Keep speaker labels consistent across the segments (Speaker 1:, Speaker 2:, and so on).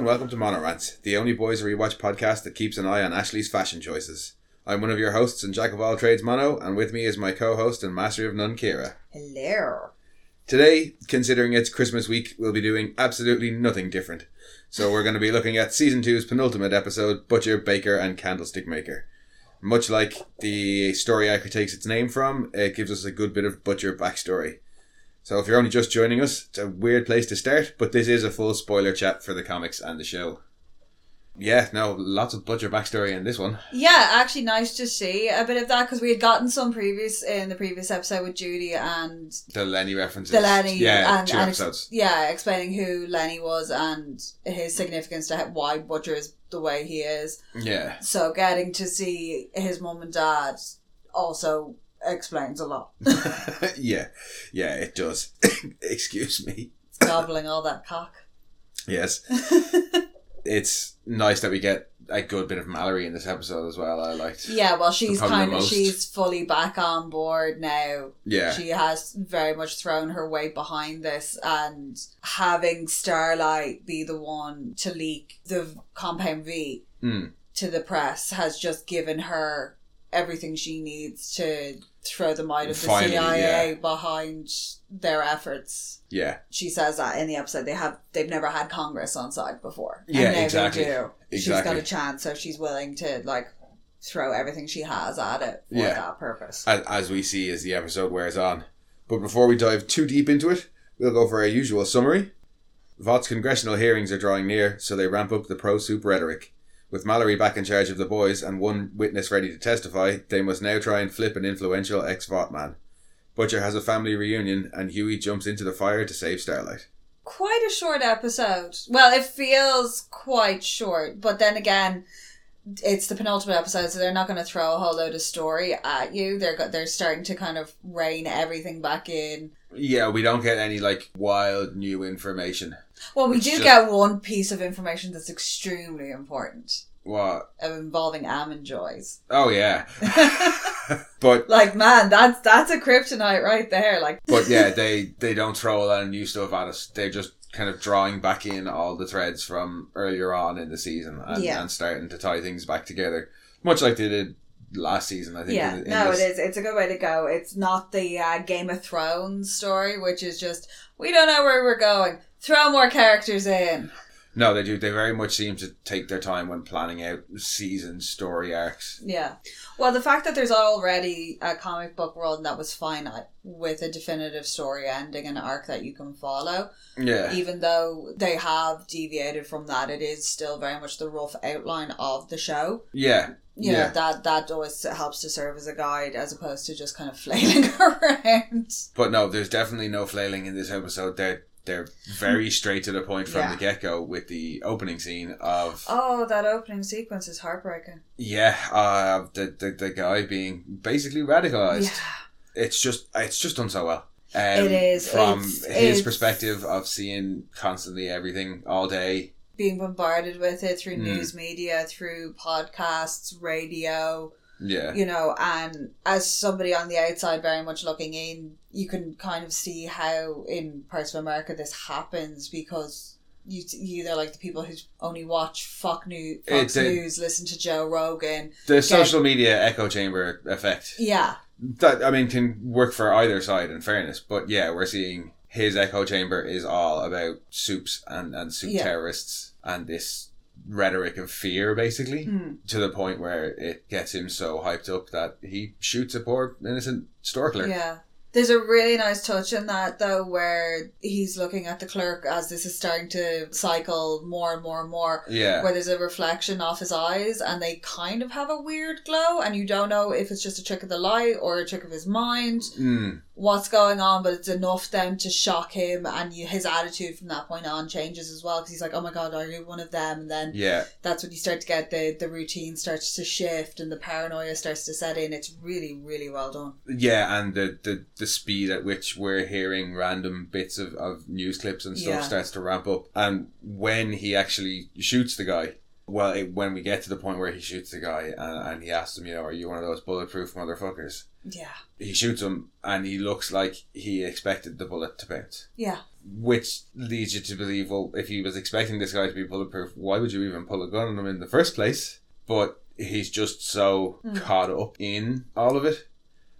Speaker 1: welcome to Monorant, the only boys rewatch podcast that keeps an eye on Ashley's fashion choices. I'm one of your hosts and jack of all trades, Mono, and with me is my co-host and master of none, Kira.
Speaker 2: Hello.
Speaker 1: Today, considering it's Christmas week, we'll be doing absolutely nothing different. So we're going to be looking at season two's penultimate episode, Butcher, Baker, and Candlestick Maker. Much like the story anchor takes its name from, it gives us a good bit of Butcher backstory. So if you're only just joining us, it's a weird place to start, but this is a full spoiler chat for the comics and the show. Yeah, no, lots of Butcher backstory in this one.
Speaker 2: Yeah, actually, nice to see a bit of that because we had gotten some previous in the previous episode with Judy and
Speaker 1: The Lenny references.
Speaker 2: the Lenny.
Speaker 1: Yeah,
Speaker 2: and,
Speaker 1: two
Speaker 2: and ex-
Speaker 1: episodes.
Speaker 2: yeah, explaining who Lenny was and his significance to how- why Butcher is the way he is.
Speaker 1: Yeah.
Speaker 2: So getting to see his mum and dad also explains a lot.
Speaker 1: yeah. Yeah, it does. Excuse me.
Speaker 2: Gobbling all that cock.
Speaker 1: Yes. it's nice that we get a good bit of Mallory in this episode as well. I liked.
Speaker 2: yeah, well, she's
Speaker 1: Probably the
Speaker 2: kind of
Speaker 1: most.
Speaker 2: she's fully back on board now.
Speaker 1: Yeah.
Speaker 2: She has very much thrown her weight behind this and having Starlight be the one to leak the Compound V
Speaker 1: Mm.
Speaker 2: to the press has just given her everything she needs to throw them out of the
Speaker 1: Finally,
Speaker 2: CIA behind their efforts.
Speaker 1: Yeah.
Speaker 2: She says that in the episode they have they've never had Congress on side before.
Speaker 1: Yeah,
Speaker 2: now they
Speaker 1: exactly.
Speaker 2: do. She's
Speaker 1: Exactly.
Speaker 2: got a chance, so she's willing to like throw everything she has at it for
Speaker 1: Yeah.
Speaker 2: that purpose.
Speaker 1: As, as we see as the episode wears on. But before we dive too deep into it, we'll go for our usual summary. Vought's congressional hearings are drawing near, so they ramp up the pro soup rhetoric. With Mallory back in charge of the boys and one witness ready to testify, they must now try and flip an influential ex Vought man. Butcher has a family reunion, and Huey jumps into the fire to save Starlight.
Speaker 2: quite a short episode. Well, it feels quite short, but then again, it's the penultimate episode, so they're not going to throw a whole load of story at you. They're go- they're starting to kind of rein everything back in.
Speaker 1: Yeah, we don't get any like wild new information.
Speaker 2: Well, we
Speaker 1: It's
Speaker 2: do
Speaker 1: just-
Speaker 2: get one piece of information that's extremely important
Speaker 1: What?
Speaker 2: uh, involving almond joys.
Speaker 1: Oh yeah. but
Speaker 2: Like, man, that's that's a kryptonite right there. Like,
Speaker 1: but yeah, they they don't throw a lot of new stuff at us. They're just kind of drawing back in all the threads from earlier on in the season and,
Speaker 2: Yeah.
Speaker 1: and starting to tie things back together, much like they did last season. I think.
Speaker 2: yeah,
Speaker 1: in- in
Speaker 2: no,
Speaker 1: this-
Speaker 2: it is. It's a good way to go. It's not the uh, Game of Thrones story, which is just we don't know where we're going. Throw more characters in.
Speaker 1: No, they do. They very much seem to take their time when planning out season story arcs.
Speaker 2: Yeah. Well, the fact that there's already a comic book world that was finite with a definitive story ending and arc that you can follow,
Speaker 1: Yeah.
Speaker 2: even though they have deviated from that, it is still very much the rough outline of the show.
Speaker 1: Yeah.
Speaker 2: You know,
Speaker 1: Yeah.
Speaker 2: that that always helps to serve as a guide as opposed to just kind of flailing around.
Speaker 1: But no, there's definitely no flailing in this episode. They're they're very straight to the point from
Speaker 2: Mm-hmm. Yeah.
Speaker 1: the get go with the opening scene of
Speaker 2: Oh, that opening sequence is heartbreaking.
Speaker 1: yeah, uh, the, the the guy being basically radicalized.
Speaker 2: Yeah.
Speaker 1: It's just it's just done so well. Um,
Speaker 2: It is.
Speaker 1: from
Speaker 2: It's-
Speaker 1: his
Speaker 2: it's-
Speaker 1: perspective of seeing constantly everything all day.
Speaker 2: Being bombarded with it through
Speaker 1: Mm.
Speaker 2: news media, through podcasts, radio,
Speaker 1: Yeah,
Speaker 2: you know, and as somebody on the outside very much looking in, you can kind of see how in parts of America this happens because you you they're like the people who only watch Fox News, Fox
Speaker 1: It's a-
Speaker 2: News, listen to Joe Rogan.
Speaker 1: the social media echo chamber effect.
Speaker 2: Yeah,
Speaker 1: That I mean can work for either side. In fairness, but yeah, we're seeing his echo chamber is all about soups and and soup
Speaker 2: Yeah.
Speaker 1: terrorists and this rhetoric of fear, basically.
Speaker 2: Mm.
Speaker 1: to the point where it gets him so hyped up that he shoots a poor innocent store clerk.
Speaker 2: yeah. There's a really nice touch in that though, where he's looking at the clerk as this is starting to cycle more and more and more.
Speaker 1: Yeah.
Speaker 2: where there's a reflection off his eyes and they kind of have a weird glow and you don't know if it's just a trick of the light or a trick of his mind
Speaker 1: Mm,
Speaker 2: what's going on but it's enough then to shock him and you, his attitude from that point on changes as well because he's like oh my god are you one of them and then
Speaker 1: yeah.
Speaker 2: that's when you start to get the the routine starts to shift and the paranoia starts to set in it's really really well done
Speaker 1: Yeah, and the, the, the speed at which we're hearing random bits of, of news clips and stuff
Speaker 2: Yeah.
Speaker 1: starts to ramp up. And when he actually shoots the guy, well, it, when we get to the point where he shoots the guy uh, and, and he asks him, you know, are you one of those bulletproof motherfuckers?
Speaker 2: Yeah.
Speaker 1: He shoots him and he looks like he expected the bullet to bounce.
Speaker 2: Yeah.
Speaker 1: Which leads you to believe, well, if he was expecting this guy to be bulletproof, why would you even pull a gun on him in the first place? But he's just so
Speaker 2: Mm.
Speaker 1: caught up in all of it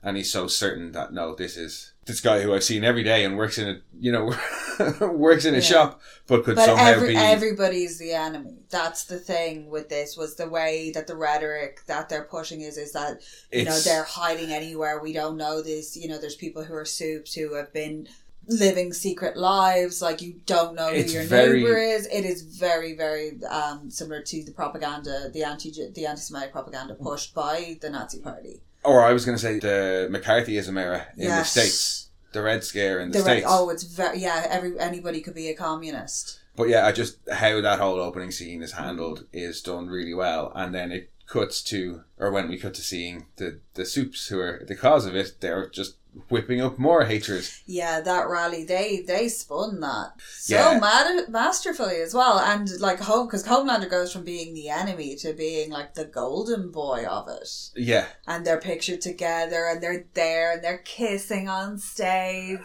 Speaker 1: and he's so certain that no, this is this guy who I've seen every day and works in a you know works in a
Speaker 2: Yeah.
Speaker 1: shop, but could
Speaker 2: But
Speaker 1: somehow
Speaker 2: every,
Speaker 1: be
Speaker 2: everybody's the enemy. That's the thing with this was the way that the rhetoric that they're pushing is is that you know
Speaker 1: it's-
Speaker 2: they're hiding anywhere. We don't know this. You know, there's people who are soups who have been living secret lives. Like you don't know
Speaker 1: It's
Speaker 2: who your
Speaker 1: very-
Speaker 2: neighbor is. It is very very um, similar to the propaganda, the anti the anti Semitic propaganda pushed by the Nazi Party.
Speaker 1: Or I was going to say the McCarthyism era in
Speaker 2: Yes.
Speaker 1: the states, the Red Scare in the,
Speaker 2: The re-
Speaker 1: states.
Speaker 2: oh, it's very yeah. Every anybody could be a communist.
Speaker 1: But yeah, I just how that whole opening scene is handled is done really well, and then it cuts to or when we cut to seeing the the soups who are the cause of it, they're just whipping up more hatred.
Speaker 2: Yeah, that rally they they spun that so
Speaker 1: Yeah.
Speaker 2: mad- masterfully as well, and like home because Homelander goes from being the enemy to being like the golden boy of it,
Speaker 1: Yeah,
Speaker 2: and they're pictured together and they're there and they're kissing on stage.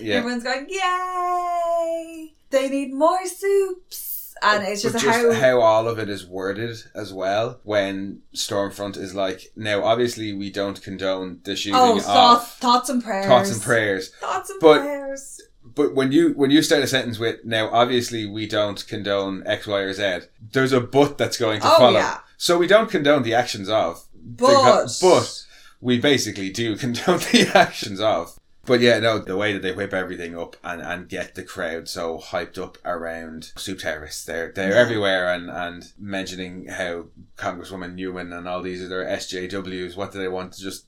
Speaker 1: yeah.
Speaker 2: Everyone's going yay! They need more soups, and it's
Speaker 1: But
Speaker 2: just, how,
Speaker 1: all of it is worded as well. When Stormfront is like, now obviously we don't condone the shooting
Speaker 2: oh
Speaker 1: of
Speaker 2: thoughts thoughts and prayers
Speaker 1: uh, thoughts and prayers,
Speaker 2: thoughts and
Speaker 1: But-
Speaker 2: prayers.
Speaker 1: but when you when you start a sentence with now obviously we don't condone x y or z there's a but that's going to
Speaker 2: Oh
Speaker 1: follow
Speaker 2: yeah,
Speaker 1: so we don't condone the actions of
Speaker 2: but
Speaker 1: but we basically do condone the actions of but yeah no the way that they whip everything up and and get the crowd so hyped up around soup terrorists they're they're
Speaker 2: Yeah.
Speaker 1: everywhere and and mentioning how congresswoman newman and all these other sjws what do they want to just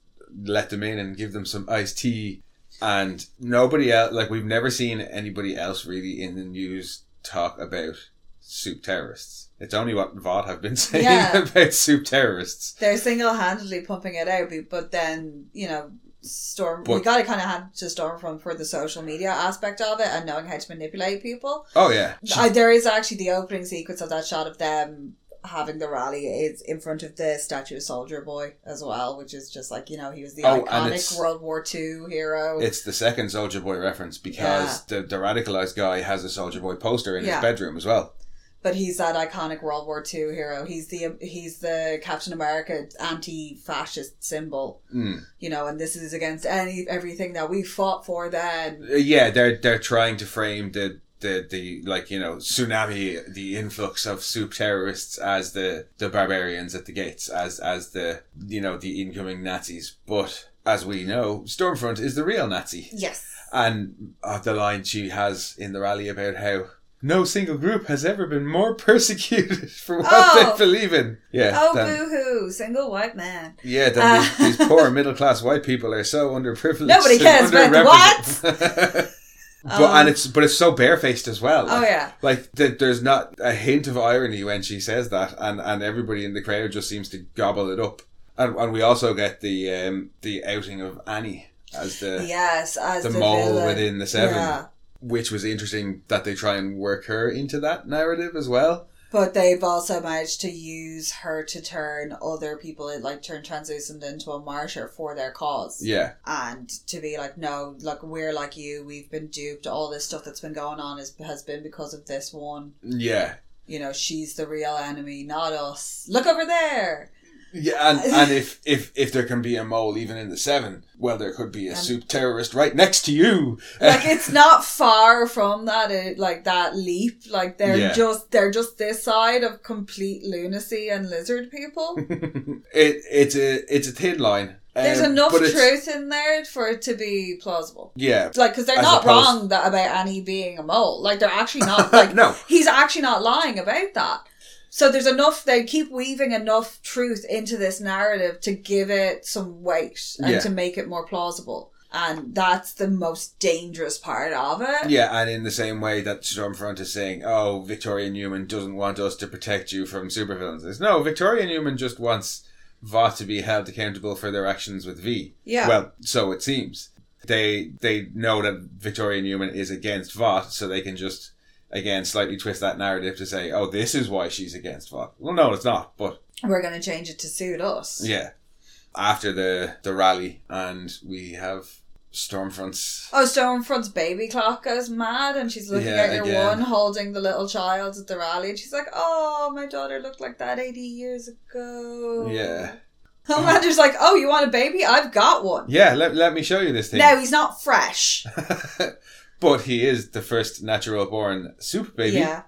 Speaker 1: let them in and give them some iced tea and nobody else like we've never seen anybody else really in the news talk about soup terrorists it's only what vod have been saying
Speaker 2: Yeah.
Speaker 1: about soup terrorists
Speaker 2: they're single-handedly pumping it out be- but then you know storm we
Speaker 1: But-
Speaker 2: gotta kind of hand to stormfront for the social media aspect of it and knowing how to manipulate people
Speaker 1: oh yeah
Speaker 2: I, there is actually the opening sequence of that shot of them having the rally is in front of the statue of soldier boy as well which is just like you know he was the
Speaker 1: Oh, and
Speaker 2: iconic
Speaker 1: it's-
Speaker 2: world war ii hero
Speaker 1: It's the second Soldier Boy reference because the, the radicalized guy has a Soldier Boy poster in
Speaker 2: Yeah.
Speaker 1: his bedroom as well.
Speaker 2: but he's that iconic world war ii hero he's the he's the captain america anti-fascist symbol
Speaker 1: Mm.
Speaker 2: you know and this is against any everything that we fought for then
Speaker 1: Uh, Yeah, they're they're trying to frame the, the the like you know tsunami, the influx of soup terrorists as the the barbarians at the gates, as as the you know the incoming Nazis. But as we know, Stormfront is the real Nazi,
Speaker 2: Yes.
Speaker 1: and uh, the line she has in the rally about how. No single group has ever been more persecuted for what
Speaker 2: Oh.
Speaker 1: they believe in. Yeah.
Speaker 2: Oh,
Speaker 1: than-
Speaker 2: boo hoo, single white man.
Speaker 1: Yeah, then
Speaker 2: Uh,
Speaker 1: these, these poor middle class white people are so underprivileged.
Speaker 2: Nobody
Speaker 1: and
Speaker 2: cares about the
Speaker 1: underrepresented. but
Speaker 2: Um,
Speaker 1: and it's but it's so barefaced as well.
Speaker 2: Oh, yeah.
Speaker 1: Like th- there's not a hint of irony when she says that, and and everybody in the crowd just seems to gobble it up. And and we also get the um the outing of Annie as the
Speaker 2: Yes, as
Speaker 1: the,
Speaker 2: the,
Speaker 1: mole
Speaker 2: villain.
Speaker 1: within the seven,
Speaker 2: Yeah.
Speaker 1: which was interesting that they try and work her into that narrative as well.
Speaker 2: But they've also managed to use her to turn other people, in- like turn translucent into a martyr for their cause.
Speaker 1: Yeah,
Speaker 2: And to be like, no, look, we're like you. We've been duped. All this stuff that's been going on is, has been because of this one.
Speaker 1: yeah,
Speaker 2: You know, she's the real enemy, not us. Look over there.
Speaker 1: Yeah, and, and if, if if there can be a mole even in the seven, well, there could be a
Speaker 2: And-
Speaker 1: soup terrorist right next to you.
Speaker 2: like it's not far from that it, like that leap like they're
Speaker 1: Yeah.
Speaker 2: just they're just this side of complete lunacy and lizard people
Speaker 1: it it's a it's a thin line. Um,
Speaker 2: there's enough
Speaker 1: but it's-
Speaker 2: truth in there for it to be plausible
Speaker 1: Yeah,
Speaker 2: like because they're
Speaker 1: As
Speaker 2: not
Speaker 1: opposed-
Speaker 2: wrong that, about annie being a mole like they're actually not like
Speaker 1: no,
Speaker 2: he's actually not lying about that so there's enough they keep weaving enough truth into this narrative to give it some weight and
Speaker 1: Yeah.
Speaker 2: to make it more plausible and that's the most dangerous part of it
Speaker 1: yeah, and in the same way that Stormfront is saying, "Oh, Victoria Newman doesn't want us to protect you from supervillains." It's no, Victoria Newman just wants Va to be held accountable for their actions with V.
Speaker 2: yeah
Speaker 1: Well, so it seems. They they know that Victoria Newman is against Vought, so they can just again slightly twist that narrative to say, oh, this is why she's against Vok. Well, no, it's not. But
Speaker 2: We're going to change it to suit us.
Speaker 1: yeah, after the the rally, and we have Stormfront's
Speaker 2: Oh, Stormfront's baby clock goes mad, and she's looking
Speaker 1: Yeah,
Speaker 2: at your
Speaker 1: again.
Speaker 2: one holding the little child at the rally, and she's like, "Oh, my daughter looked like that eighty years ago."
Speaker 1: yeah
Speaker 2: Homelander's like, "Oh, you want a baby? I've got one."
Speaker 1: yeah. Let, let me show you this thing.
Speaker 2: No, he's not fresh.
Speaker 1: but he is the first natural born super baby.
Speaker 2: Yeah,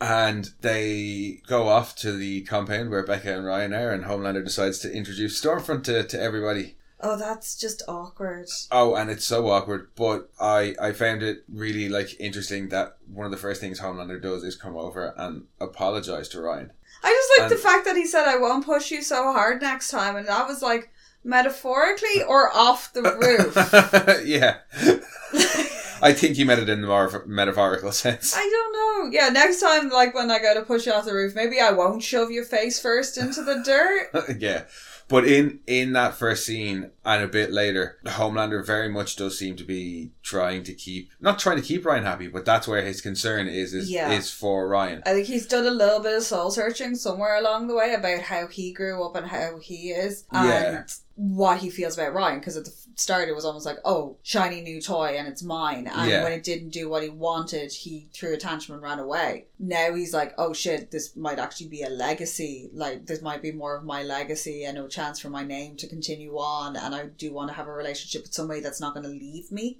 Speaker 1: And they go off to the compound where Becca and Ryan are, and Homelander decides to introduce Stormfront to, to everybody.
Speaker 2: Oh, that's just awkward.
Speaker 1: Oh, and it's so awkward, but I, I found it really like interesting that one of the first things Homelander does is come over and apologize to Ryan.
Speaker 2: I just like
Speaker 1: And-
Speaker 2: the fact that he said, "I won't push you so hard next time," and that was like metaphorically or off the roof.
Speaker 1: yeah. I think he meant it in the mar- metaphorical sense.
Speaker 2: I don't know. Yeah, next time, like when I go to push you off the roof, maybe I won't shove your face first into the dirt.
Speaker 1: yeah. But in in that first scene and a bit later, Homelander very much does seem to be trying to keep not trying to keep Ryan happy, but that's where his concern is is,
Speaker 2: Yeah.
Speaker 1: is for Ryan.
Speaker 2: I think he's done a little bit of soul searching somewhere along the way about how he grew up and how he is and
Speaker 1: Yeah.
Speaker 2: what he feels about Ryan. Because at the f- start, it was almost like, oh, shiny new toy and it's mine. And
Speaker 1: Yeah.
Speaker 2: when it didn't do what he wanted, he threw a tantrum and ran away. Now he's like, oh shit, this might actually be a legacy. Like, this might be more of my legacy and a chance for my name to continue on. And I do want to have a relationship with somebody that's not going to leave me.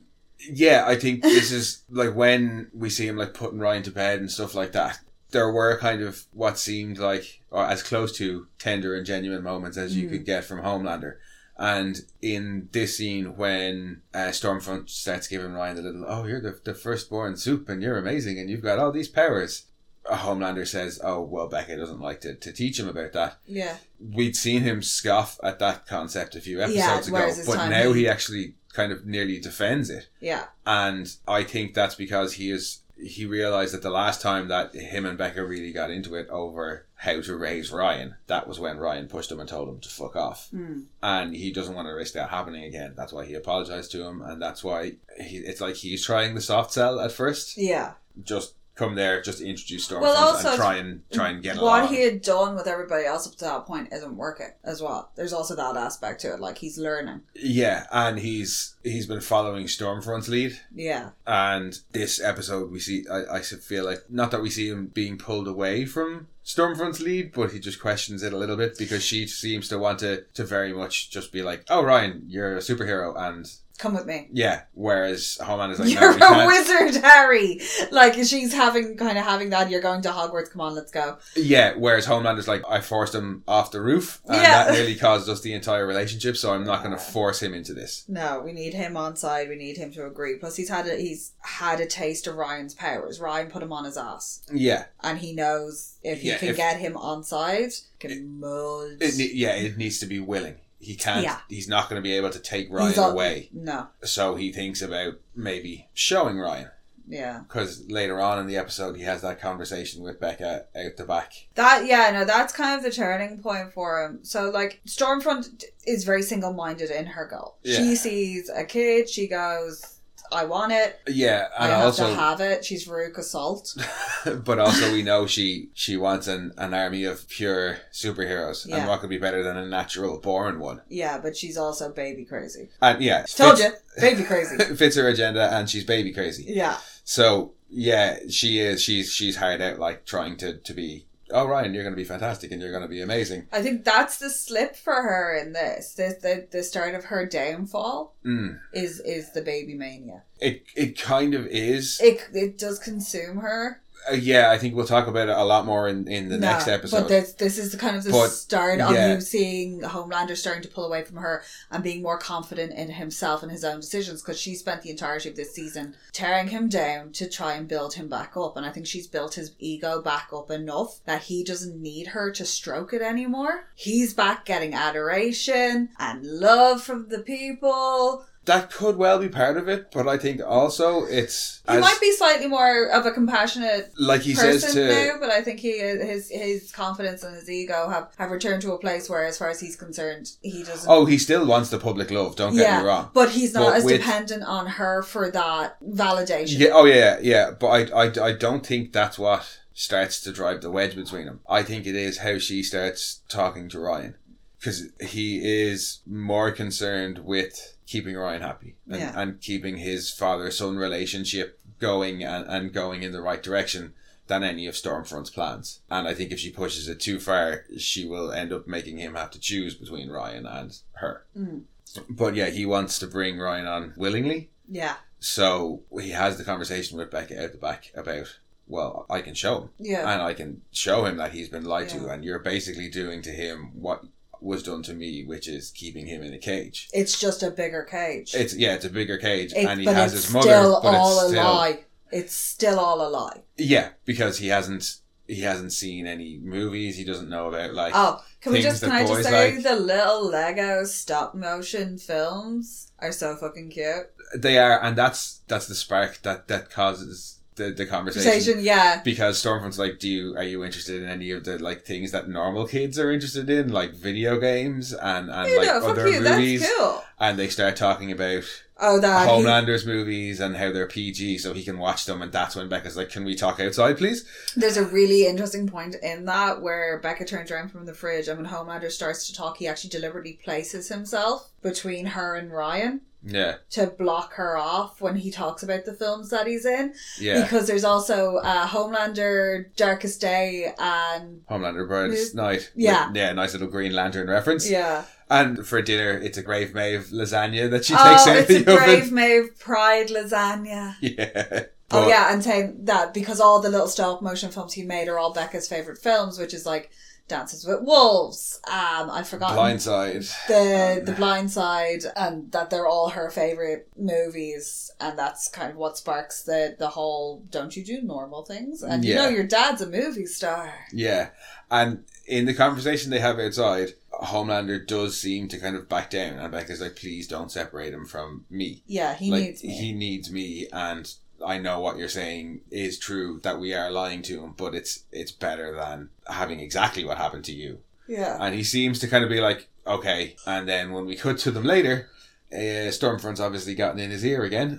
Speaker 1: Yeah, I think this is like when we see him like putting Ryan to bed and stuff like that. There were kind of what seemed like or as close to tender and genuine moments as you
Speaker 2: Mm.
Speaker 1: could get from Homelander. And in this scene, when uh, Stormfront starts giving Ryan the little, oh, you're the, the firstborn soup and you're amazing and you've got all these powers, uh, Homelander says, oh, well, Becca doesn't like to, to teach him about that.
Speaker 2: Yeah.
Speaker 1: We'd seen him scoff at that concept a few
Speaker 2: Yeah,
Speaker 1: episodes ago,
Speaker 2: whereas this
Speaker 1: but
Speaker 2: time
Speaker 1: now
Speaker 2: he-
Speaker 1: he actually kind of nearly defends it
Speaker 2: Yeah.
Speaker 1: and I think that's because he is he realized that the last time that him and Becca really got into it over how to raise Ryan, that was when Ryan pushed him and told him to fuck off,
Speaker 2: Hmm.
Speaker 1: and he doesn't want to risk that happening again. That's why he apologized to him, and that's why he, it's like he's trying the soft sell at first.
Speaker 2: Yeah.
Speaker 1: Just come there, just introduce Stormfront
Speaker 2: Well, also-
Speaker 1: and try and try and get
Speaker 2: what
Speaker 1: along.
Speaker 2: he had done with everybody else up to that point isn't working as well. There's also that aspect to it, like he's learning.
Speaker 1: yeah, and he's he's been following Stormfront's lead.
Speaker 2: Yeah,
Speaker 1: And this episode, we see, I, I feel like, not that we see him being pulled away from Stormfront's lead, but he just questions it a little bit because she seems to want to, to very much just be like, oh, Ryan, you're a superhero. And
Speaker 2: come with me.
Speaker 1: yeah, whereas Homeland is like, no,
Speaker 2: you're
Speaker 1: we
Speaker 2: a
Speaker 1: can't.
Speaker 2: wizard, Harry. Like she's having kind of having that. You're going to Hogwarts. Come on, let's go.
Speaker 1: yeah, whereas Homeland is like, I forced him off the roof and
Speaker 2: Yeah.
Speaker 1: that nearly caused us the entire relationship, so I'm not going
Speaker 2: Yeah.
Speaker 1: to force him into this.
Speaker 2: No, we need him on side. We need him to agree. Plus, he's had a, he's had a taste of Ryan's powers. Ryan put him on his ass,
Speaker 1: Yeah,
Speaker 2: and he knows if he
Speaker 1: Yeah,
Speaker 2: can
Speaker 1: if-
Speaker 2: get him on side, can mold.
Speaker 1: it, ne- yeah, it needs to be willing. He can't,
Speaker 2: Yeah.
Speaker 1: he's not going to be able to take Ryan
Speaker 2: He's all-
Speaker 1: away.
Speaker 2: No,
Speaker 1: So he thinks about maybe showing Ryan.
Speaker 2: yeah.
Speaker 1: because later on in the episode he has that conversation with Becca out the back.
Speaker 2: That yeah, no, that's kind of the turning point for him. So like Stormfront is very single minded in her goal.
Speaker 1: Yeah.
Speaker 2: She sees a kid, she goes, I want it,
Speaker 1: Yeah, and
Speaker 2: I have to
Speaker 1: also,
Speaker 2: have it. She's Veruca Salt.
Speaker 1: but also we know she she wants an, an army of pure superheroes,
Speaker 2: Yeah.
Speaker 1: and what could be better than a natural born one?
Speaker 2: yeah, but she's also baby crazy.
Speaker 1: And yeah,
Speaker 2: Told
Speaker 1: fits-
Speaker 2: you, baby crazy.
Speaker 1: fits her agenda, and she's baby crazy.
Speaker 2: yeah.
Speaker 1: So yeah, she is. She's she's hired out like trying to to be. Oh, Ryan, you're going to be fantastic, and you're going to be amazing.
Speaker 2: I think that's the slip for her in this. The, the, the start of her downfall
Speaker 1: Mm.
Speaker 2: is is the baby mania.
Speaker 1: It it kind of is.
Speaker 2: It, it does consume her.
Speaker 1: Uh, yeah, I think we'll talk about it a lot more in in the
Speaker 2: No,
Speaker 1: next episode.
Speaker 2: But this, this is the kind of the
Speaker 1: But,
Speaker 2: start of
Speaker 1: yeah.
Speaker 2: you seeing Homelander starting to pull away from her and being more confident in himself and his own decisions because she spent the entirety of this season tearing him down to try and build him back up. And I think she's built his ego back up enough that he doesn't need her to stroke it anymore. He's back getting adoration and love from the people.
Speaker 1: that could well be part of it, but I think also it's
Speaker 2: He
Speaker 1: as-
Speaker 2: might be slightly more of a compassionate
Speaker 1: like he
Speaker 2: person
Speaker 1: says to
Speaker 2: now, but I think he his his confidence and his ego have, have returned to a place where, as far as he's concerned, he doesn't.
Speaker 1: Oh, he still wants the public love. Don't get me wrong.
Speaker 2: but he's not
Speaker 1: But
Speaker 2: as
Speaker 1: with-
Speaker 2: dependent on her for that validation.
Speaker 1: Yeah, oh yeah, yeah. But I, I, I don't think that's what starts to drive the wedge between them. I think it is how she starts talking to Ryan because he is more concerned with keeping Ryan happy and,
Speaker 2: Yeah.
Speaker 1: and keeping his father son relationship going and, and going in the right direction than any of Stormfront's plans. And I think if she pushes it too far, she will end up making him have to choose between Ryan and her.
Speaker 2: Mm.
Speaker 1: But yeah, he wants to bring Ryan on willingly.
Speaker 2: yeah,
Speaker 1: So he has the conversation with Becca out the back about, well, I can show him.
Speaker 2: yeah.
Speaker 1: And I can show him that he's been lied to,
Speaker 2: Yeah.
Speaker 1: and you're basically doing to him what was done to me, which is keeping him in a cage.
Speaker 2: it's just a bigger cage.
Speaker 1: It's yeah, it's a bigger cage,
Speaker 2: It-
Speaker 1: and he
Speaker 2: but
Speaker 1: has
Speaker 2: it's
Speaker 1: his mother,
Speaker 2: still
Speaker 1: but
Speaker 2: all
Speaker 1: it's
Speaker 2: a
Speaker 1: still
Speaker 2: lie. It's still all a lie.
Speaker 1: yeah, because he hasn't he hasn't seen any movies, he doesn't know about like
Speaker 2: Oh, can we
Speaker 1: things
Speaker 2: just
Speaker 1: that
Speaker 2: can I just
Speaker 1: boys
Speaker 2: say
Speaker 1: like.
Speaker 2: the little Lego stop motion films are so fucking cute.
Speaker 1: they are, and that's that's the spark that that causes the the conversation.
Speaker 2: Sensation, yeah.
Speaker 1: because Stormfront's like, do you are you interested in any of the like things that normal kids are interested in, like video games and and
Speaker 2: You
Speaker 1: like
Speaker 2: know, fuck
Speaker 1: other
Speaker 2: you,
Speaker 1: movies?
Speaker 2: that's cool.
Speaker 1: And they start talking about
Speaker 2: Oh, that he-
Speaker 1: Homelander's movies and how they're PG, so he can watch them. And that's when Becca's like, "Can we talk outside, please?"
Speaker 2: There's a really interesting point in that where Becca turns around from the fridge, and when Homelander starts to talk, he actually deliberately places himself between her and Ryan
Speaker 1: Yeah,
Speaker 2: to block her off when he talks about the films that he's in.
Speaker 1: yeah.
Speaker 2: Because there's also uh, Homelander, Darkest Day, and
Speaker 1: Homelander, Brightest Night.
Speaker 2: Yeah.
Speaker 1: yeah. Nice little Green Lantern reference.
Speaker 2: yeah,
Speaker 1: And for dinner, it's a Grave Mave lasagna that she takes
Speaker 2: oh,
Speaker 1: out
Speaker 2: it's
Speaker 1: of the
Speaker 2: a Brave
Speaker 1: oven.
Speaker 2: Mave Pride lasagna.
Speaker 1: Yeah.
Speaker 2: Oh
Speaker 1: But-
Speaker 2: yeah, and saying that because all the little stop motion films he made are all Becca's favorite films, which is like Dances with Wolves. Um, I've forgotten
Speaker 1: Blindside.
Speaker 2: the
Speaker 1: Um,
Speaker 2: the blind side and that they're all her favorite movies and that's kind of what sparks the the whole don't you do normal things and you know
Speaker 1: Yeah.
Speaker 2: your dad's a movie star
Speaker 1: Yeah. And in the conversation they have outside, Homelander does seem to kind of back down and Becca's like, please don't separate him from me.
Speaker 2: yeah he
Speaker 1: like
Speaker 2: needs me
Speaker 1: he needs me and I know what you're saying is true that we are lying to him, but it's it's better than having exactly what happened to you.
Speaker 2: yeah
Speaker 1: And he seems to kind of be like, okay. And then when we cut to them later, uh, Stormfront's obviously gotten in his ear again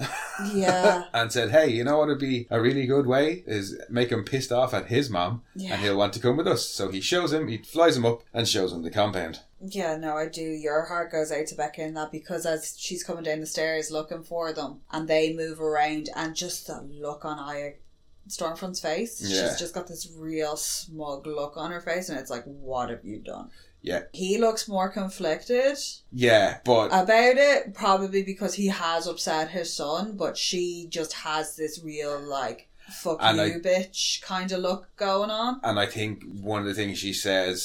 Speaker 2: yeah
Speaker 1: and said, hey, you know what would be a really good way is make him pissed off at his mom and
Speaker 2: yeah
Speaker 1: he'll want to come with us. So he shows him, he flies him up, and shows him the compound.
Speaker 2: yeah no i do your heart goes out to becca in that because as she's coming down the stairs looking for them and they move around and just the look on Aya Stormfront's face.
Speaker 1: Yeah.
Speaker 2: She's just got this real smug look on her face, and it's like, "What have you done?"
Speaker 1: Yeah.
Speaker 2: He looks more conflicted
Speaker 1: Yeah, but
Speaker 2: about it, probably because he has upset his son, but she just has this real like fuck
Speaker 1: And
Speaker 2: you bitch kind of look going on.
Speaker 1: and I think one of the things she says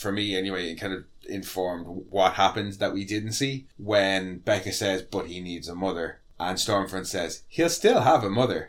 Speaker 1: for me anyway, it kind of informed what happened that we didn't see when Becca says, "But he needs a mother," and Stormfront says, "He'll still have a mother."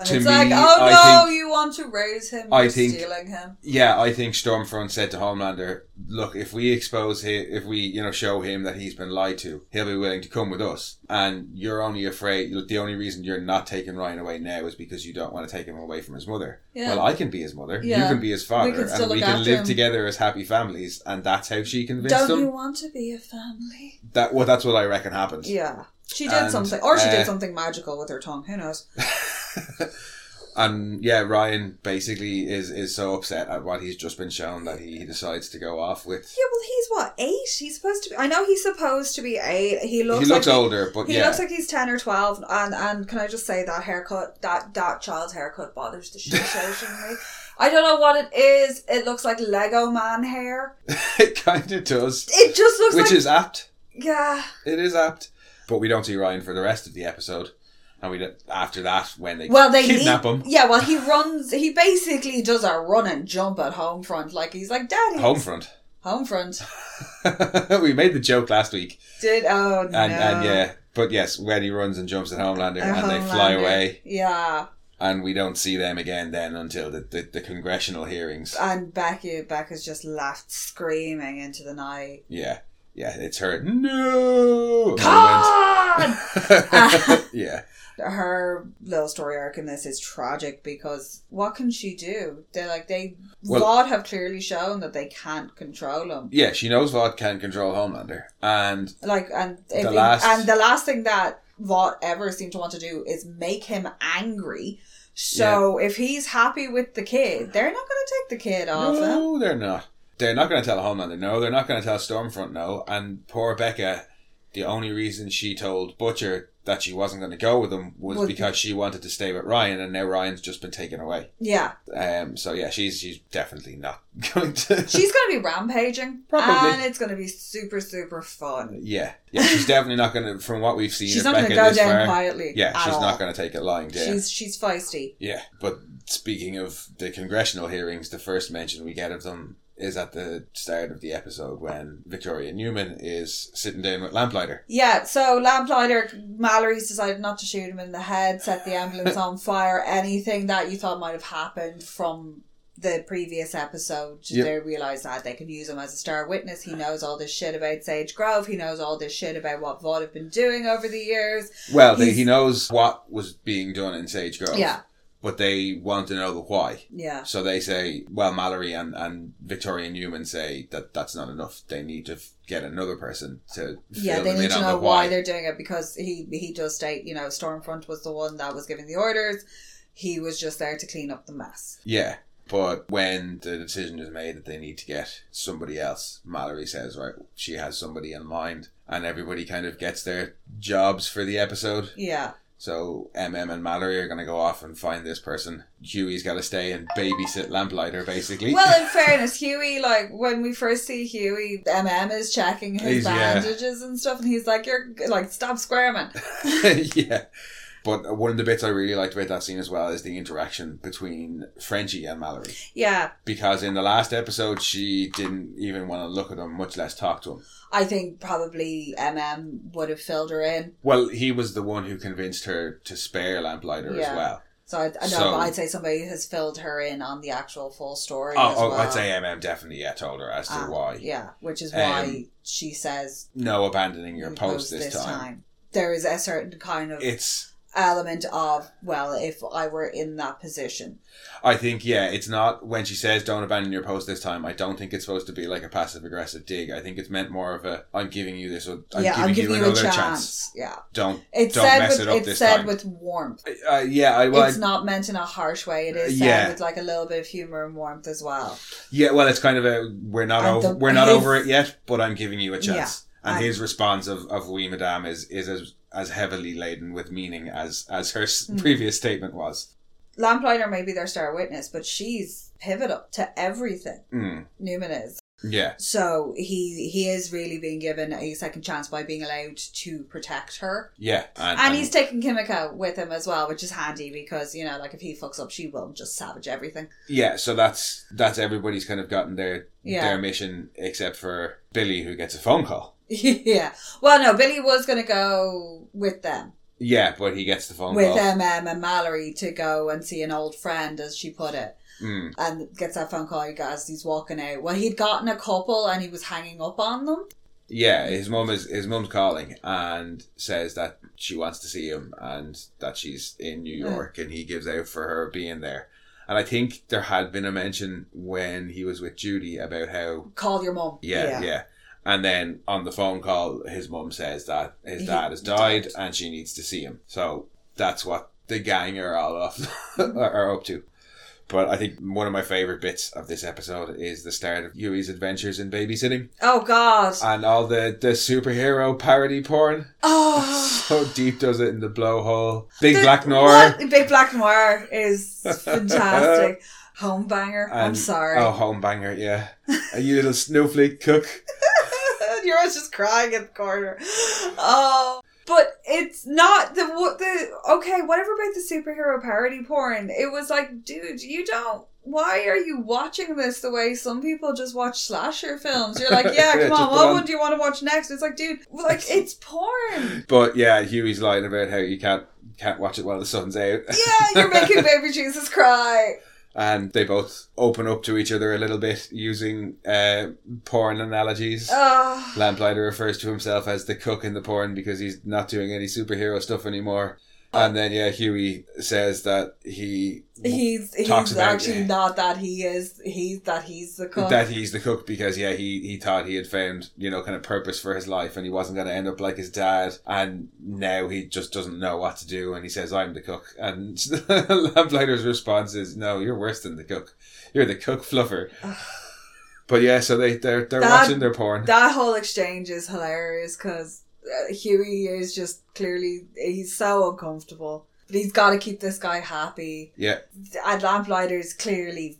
Speaker 2: And
Speaker 1: To
Speaker 2: it's like,
Speaker 1: me,
Speaker 2: oh
Speaker 1: I
Speaker 2: no, you want to raise him,
Speaker 1: I
Speaker 2: you're
Speaker 1: think-
Speaker 2: stealing him.
Speaker 1: Yeah, I think Stormfront said to Homelander, "Look, if we expose him, if we you know show him that he's been lied to, he'll be willing to come with us. And you're only afraid. The only reason you're not taking Ryan away now is because you don't want to take him away from his mother.
Speaker 2: Yeah.
Speaker 1: Well, I can be his mother. You
Speaker 2: Yeah.
Speaker 1: can be his father,
Speaker 2: We can still
Speaker 1: and we
Speaker 2: look
Speaker 1: can
Speaker 2: after
Speaker 1: live
Speaker 2: him.
Speaker 1: together as happy families. And that's how she convinced
Speaker 2: Don't
Speaker 1: him.
Speaker 2: you want to be a family?
Speaker 1: That well, that's what I reckon happened.
Speaker 2: Yeah. She did
Speaker 1: And,
Speaker 2: something, or she
Speaker 1: uh,
Speaker 2: did something magical with her tongue. Who knows?
Speaker 1: And yeah, Ryan basically is is so upset at what he's just been shown that he decides to go off with.
Speaker 2: Yeah, well, he's what eight? He's supposed to be. I know he's supposed to be eight. He looks.
Speaker 1: he looks
Speaker 2: like
Speaker 1: older, but
Speaker 2: He
Speaker 1: yeah,
Speaker 2: looks like he's ten or twelve, and and can I just say that haircut, that that child's haircut bothers the shit out of me. I don't know what it is. It looks like Lego man hair.
Speaker 1: it kind of does.
Speaker 2: It just looks
Speaker 1: which
Speaker 2: like
Speaker 1: is apt.
Speaker 2: yeah,
Speaker 1: It is apt, but we don't see Ryan for the rest of the episode, and we don't, after that when they
Speaker 2: Well, they
Speaker 1: kidnap
Speaker 2: leave-
Speaker 1: him.
Speaker 2: yeah. Well, he runs. He basically does a run and jump at home front, like he's like daddy.
Speaker 1: Homefront.
Speaker 2: home front.
Speaker 1: we made the joke last week,
Speaker 2: Did oh no.
Speaker 1: and and yeah, but yes, when he runs and jumps at Homelander,
Speaker 2: A
Speaker 1: and they fly
Speaker 2: Homelander.
Speaker 1: away,
Speaker 2: Yeah,
Speaker 1: and we don't see them again then until the the, the
Speaker 2: Ah.
Speaker 1: congressional hearings.
Speaker 2: and Becky Becca's just laughed screaming into the night.
Speaker 1: Yeah. Yeah, it's her. No. And I
Speaker 2: God! Ah!
Speaker 1: went- yeah.
Speaker 2: Her little story arc in this is tragic because what can she do? They like they
Speaker 1: Well-
Speaker 2: God have clearly shown that they can't control him.
Speaker 1: Yeah, she knows Vought can control Homelander. And
Speaker 2: Like and if,
Speaker 1: The last-
Speaker 2: and the last thing that Vought ever seemed to want to do is make him angry. So if he's happy with the kid, they're not going to take the kid off him.
Speaker 1: No, they're not. They're not going to tell Homelander no. They're not going to tell Stormfront no. And poor Becca, the only reason she told Butcher that she wasn't going to go with him was
Speaker 2: Was-
Speaker 1: because she wanted to stay with Ryan, and now Ryan's just been taken away.
Speaker 2: Yeah,
Speaker 1: Um. So yeah, she's she's definitely not going to.
Speaker 2: she's going to be rampaging,
Speaker 1: Probably.
Speaker 2: and it's going to be super super fun.
Speaker 1: yeah, yeah, she's definitely not going to. From what we've seen,
Speaker 2: She's
Speaker 1: of
Speaker 2: not going
Speaker 1: Becca
Speaker 2: to go
Speaker 1: this
Speaker 2: down
Speaker 1: far,
Speaker 2: quietly.
Speaker 1: Yeah,
Speaker 2: at
Speaker 1: she's
Speaker 2: all.
Speaker 1: not going to take it lying down.
Speaker 2: She's she's feisty.
Speaker 1: Yeah, but speaking of the congressional hearings, the first mention we get of them is at the start of the episode when Victoria Newman is sitting down with Lamplighter.
Speaker 2: Yeah, so Lamplighter, Mallory's decided not to shoot him in the head, set the ambulance on fire. Anything that you thought might have happened from the previous episode,
Speaker 1: Yep.
Speaker 2: they realised that they can use him as a star witness. He knows all this shit about Sage Grove. He knows all this shit about what Vaught have been doing over the years.
Speaker 1: Well, they,
Speaker 2: He's-
Speaker 1: he knows what was being done in Sage Grove.
Speaker 2: Yeah.
Speaker 1: But they want to know the why.
Speaker 2: Yeah.
Speaker 1: So they say, well, Mallory and, and Victoria Newman say that that's not enough. They need to f- get another person to
Speaker 2: Yeah,
Speaker 1: fill
Speaker 2: they
Speaker 1: them
Speaker 2: need
Speaker 1: in
Speaker 2: to
Speaker 1: on
Speaker 2: know
Speaker 1: the
Speaker 2: why they're doing it because he he does state, you know, Stormfront was the one that was giving the orders. He was just there to clean up the mess.
Speaker 1: Yeah, but when the decision is made that they need to get somebody else, Mallory says, right, she has somebody in mind, and everybody kind of gets their jobs for the episode.
Speaker 2: Yeah.
Speaker 1: So MM and Mallory are going to go off and find this person. Huey's got to stay and babysit Lamplighter, basically.
Speaker 2: Well, in fairness, Huey, like when we first see Huey, MM is checking his
Speaker 1: He's- yeah.
Speaker 2: bandages and stuff, and he's like, "You're like, stop squirming."
Speaker 1: yeah. But one of the bits I really liked about that scene as well is the interaction between Frenchie and Mallory.
Speaker 2: Yeah,
Speaker 1: Because in the last episode, she didn't even want to look at him, much less talk to him.
Speaker 2: I think probably MM would have filled her in.
Speaker 1: Well, he was the one who convinced her to spare Lamplighter
Speaker 2: Yeah.
Speaker 1: as well.
Speaker 2: So I, I know,
Speaker 1: So-
Speaker 2: but I'd say somebody has filled her in on the actual full story.
Speaker 1: Oh,
Speaker 2: as
Speaker 1: oh
Speaker 2: well.
Speaker 1: I'd say MM definitely yeah, told her as to
Speaker 2: Ah,
Speaker 1: why.
Speaker 2: Yeah, which is
Speaker 1: Um,
Speaker 2: why she says
Speaker 1: No abandoning your
Speaker 2: "We
Speaker 1: post, this, time.
Speaker 2: There is a certain kind of
Speaker 1: It's,
Speaker 2: element of well, if I were in that position,
Speaker 1: I think, yeah, it's not when she says don't abandon your post this time. I don't think it's supposed to be like a passive aggressive dig. I think it's meant more of a I'm giving you this, I'm
Speaker 2: yeah,
Speaker 1: giving
Speaker 2: I'm
Speaker 1: you
Speaker 2: giving you, a
Speaker 1: another
Speaker 2: chance.
Speaker 1: chance.
Speaker 2: Yeah,
Speaker 1: Don't.
Speaker 2: it's
Speaker 1: Don't
Speaker 2: said
Speaker 1: mess
Speaker 2: with
Speaker 1: it up
Speaker 2: it's
Speaker 1: this
Speaker 2: said
Speaker 1: time.
Speaker 2: with warmth.
Speaker 1: Uh, yeah, I well,
Speaker 2: it's not meant in a harsh way. It is said
Speaker 1: Yeah.
Speaker 2: with like a little bit of humor and warmth as well.
Speaker 1: yeah, well, it's kind of a we're not
Speaker 2: And
Speaker 1: over,
Speaker 2: the-
Speaker 1: we're not
Speaker 2: his-
Speaker 1: over it yet, but I'm giving you a chance. and
Speaker 2: and-
Speaker 1: his response of of "Oui, Madame" is is as as heavily laden with meaning as as her s
Speaker 2: Mm.
Speaker 1: previous statement was.
Speaker 2: Lamplighter may be their star witness, but she's pivotal to everything.
Speaker 1: Mm.
Speaker 2: Newman is.
Speaker 1: Yeah,
Speaker 2: So he he is really being given a second chance by being allowed to protect her.
Speaker 1: yeah, and,
Speaker 2: And he's taking Kimiko with him as well, which is handy because, you know, like if he fucks up she will just savage everything.
Speaker 1: yeah. So that's that's everybody's kind of gotten their
Speaker 2: Yeah.
Speaker 1: their mission, except for Billy, who gets a phone call.
Speaker 2: yeah. Well no, Billy was gonna go with them.
Speaker 1: Yeah, but he gets the phone
Speaker 2: with
Speaker 1: call.
Speaker 2: MM and Mallory to go and see an old friend as she put it.
Speaker 1: Mm.
Speaker 2: and gets that phone call. He guys, he's walking out. Well, he'd gotten a couple and he was hanging up on them.
Speaker 1: Yeah, his mum is his mum's calling and says that she wants to see him and that she's in New
Speaker 2: Mm.
Speaker 1: York, and he gives out for her being there. And I think there had been a mention when he was with Judy about how
Speaker 2: Call your mum.
Speaker 1: Yeah, yeah. And then on the phone call, his mum says that his
Speaker 2: He
Speaker 1: dad has died, and she needs to see him. So that's what the gang are all off are up to. But I think one of my favorite bits of this episode is the start of Yui's adventures in babysitting
Speaker 2: Oh God.
Speaker 1: and all the, the superhero parody porn.
Speaker 2: oh.
Speaker 1: so deep does it in the blowhole. Big
Speaker 2: The-
Speaker 1: Black Noir.
Speaker 2: What? Big Black Noir is fantastic. Home banger. I'm
Speaker 1: And-
Speaker 2: sorry.
Speaker 1: Oh, home banger, yeah. you little snowflake cook.
Speaker 2: You're always just crying in the corner. Oh. But it's not the what the okay whatever about the superhero parody porn. It was like, dude, you don't. Why are you watching this the way some people just watch slasher films? You're like, yeah,
Speaker 1: Yeah,
Speaker 2: come
Speaker 1: just
Speaker 2: on,
Speaker 1: put
Speaker 2: what
Speaker 1: on-
Speaker 2: one do you want to watch next? It's like, dude, like it's porn.
Speaker 1: But yeah, Huey's lying about how you can't can't watch it while the sun's out.
Speaker 2: Yeah, you're making baby Jesus cry.
Speaker 1: and they both open up to each other a little bit using uh, porn analogies.
Speaker 2: Oh,
Speaker 1: Lamplighter refers to himself as the cook in the porn because he's not doing any superhero stuff anymore. And then yeah, Huey says that he
Speaker 2: he's he's
Speaker 1: Talks about-
Speaker 2: actually not that he is. He's that he's the cook.
Speaker 1: that he's the cook because yeah, he he thought he had found you know kind of purpose for his life and he wasn't going to end up like his dad. And now he just doesn't know what to do. And he says, "I'm the cook." And Lamplighter's response is, "No, you're worse than the cook. You're the cook fluffer." but yeah, so they they're they're
Speaker 2: That-
Speaker 1: watching their porn.
Speaker 2: that whole exchange is hilarious because uh, Huey is just clearly he's so uncomfortable, but he's got to keep this guy happy.
Speaker 1: yeah,
Speaker 2: And Lamplighter is clearly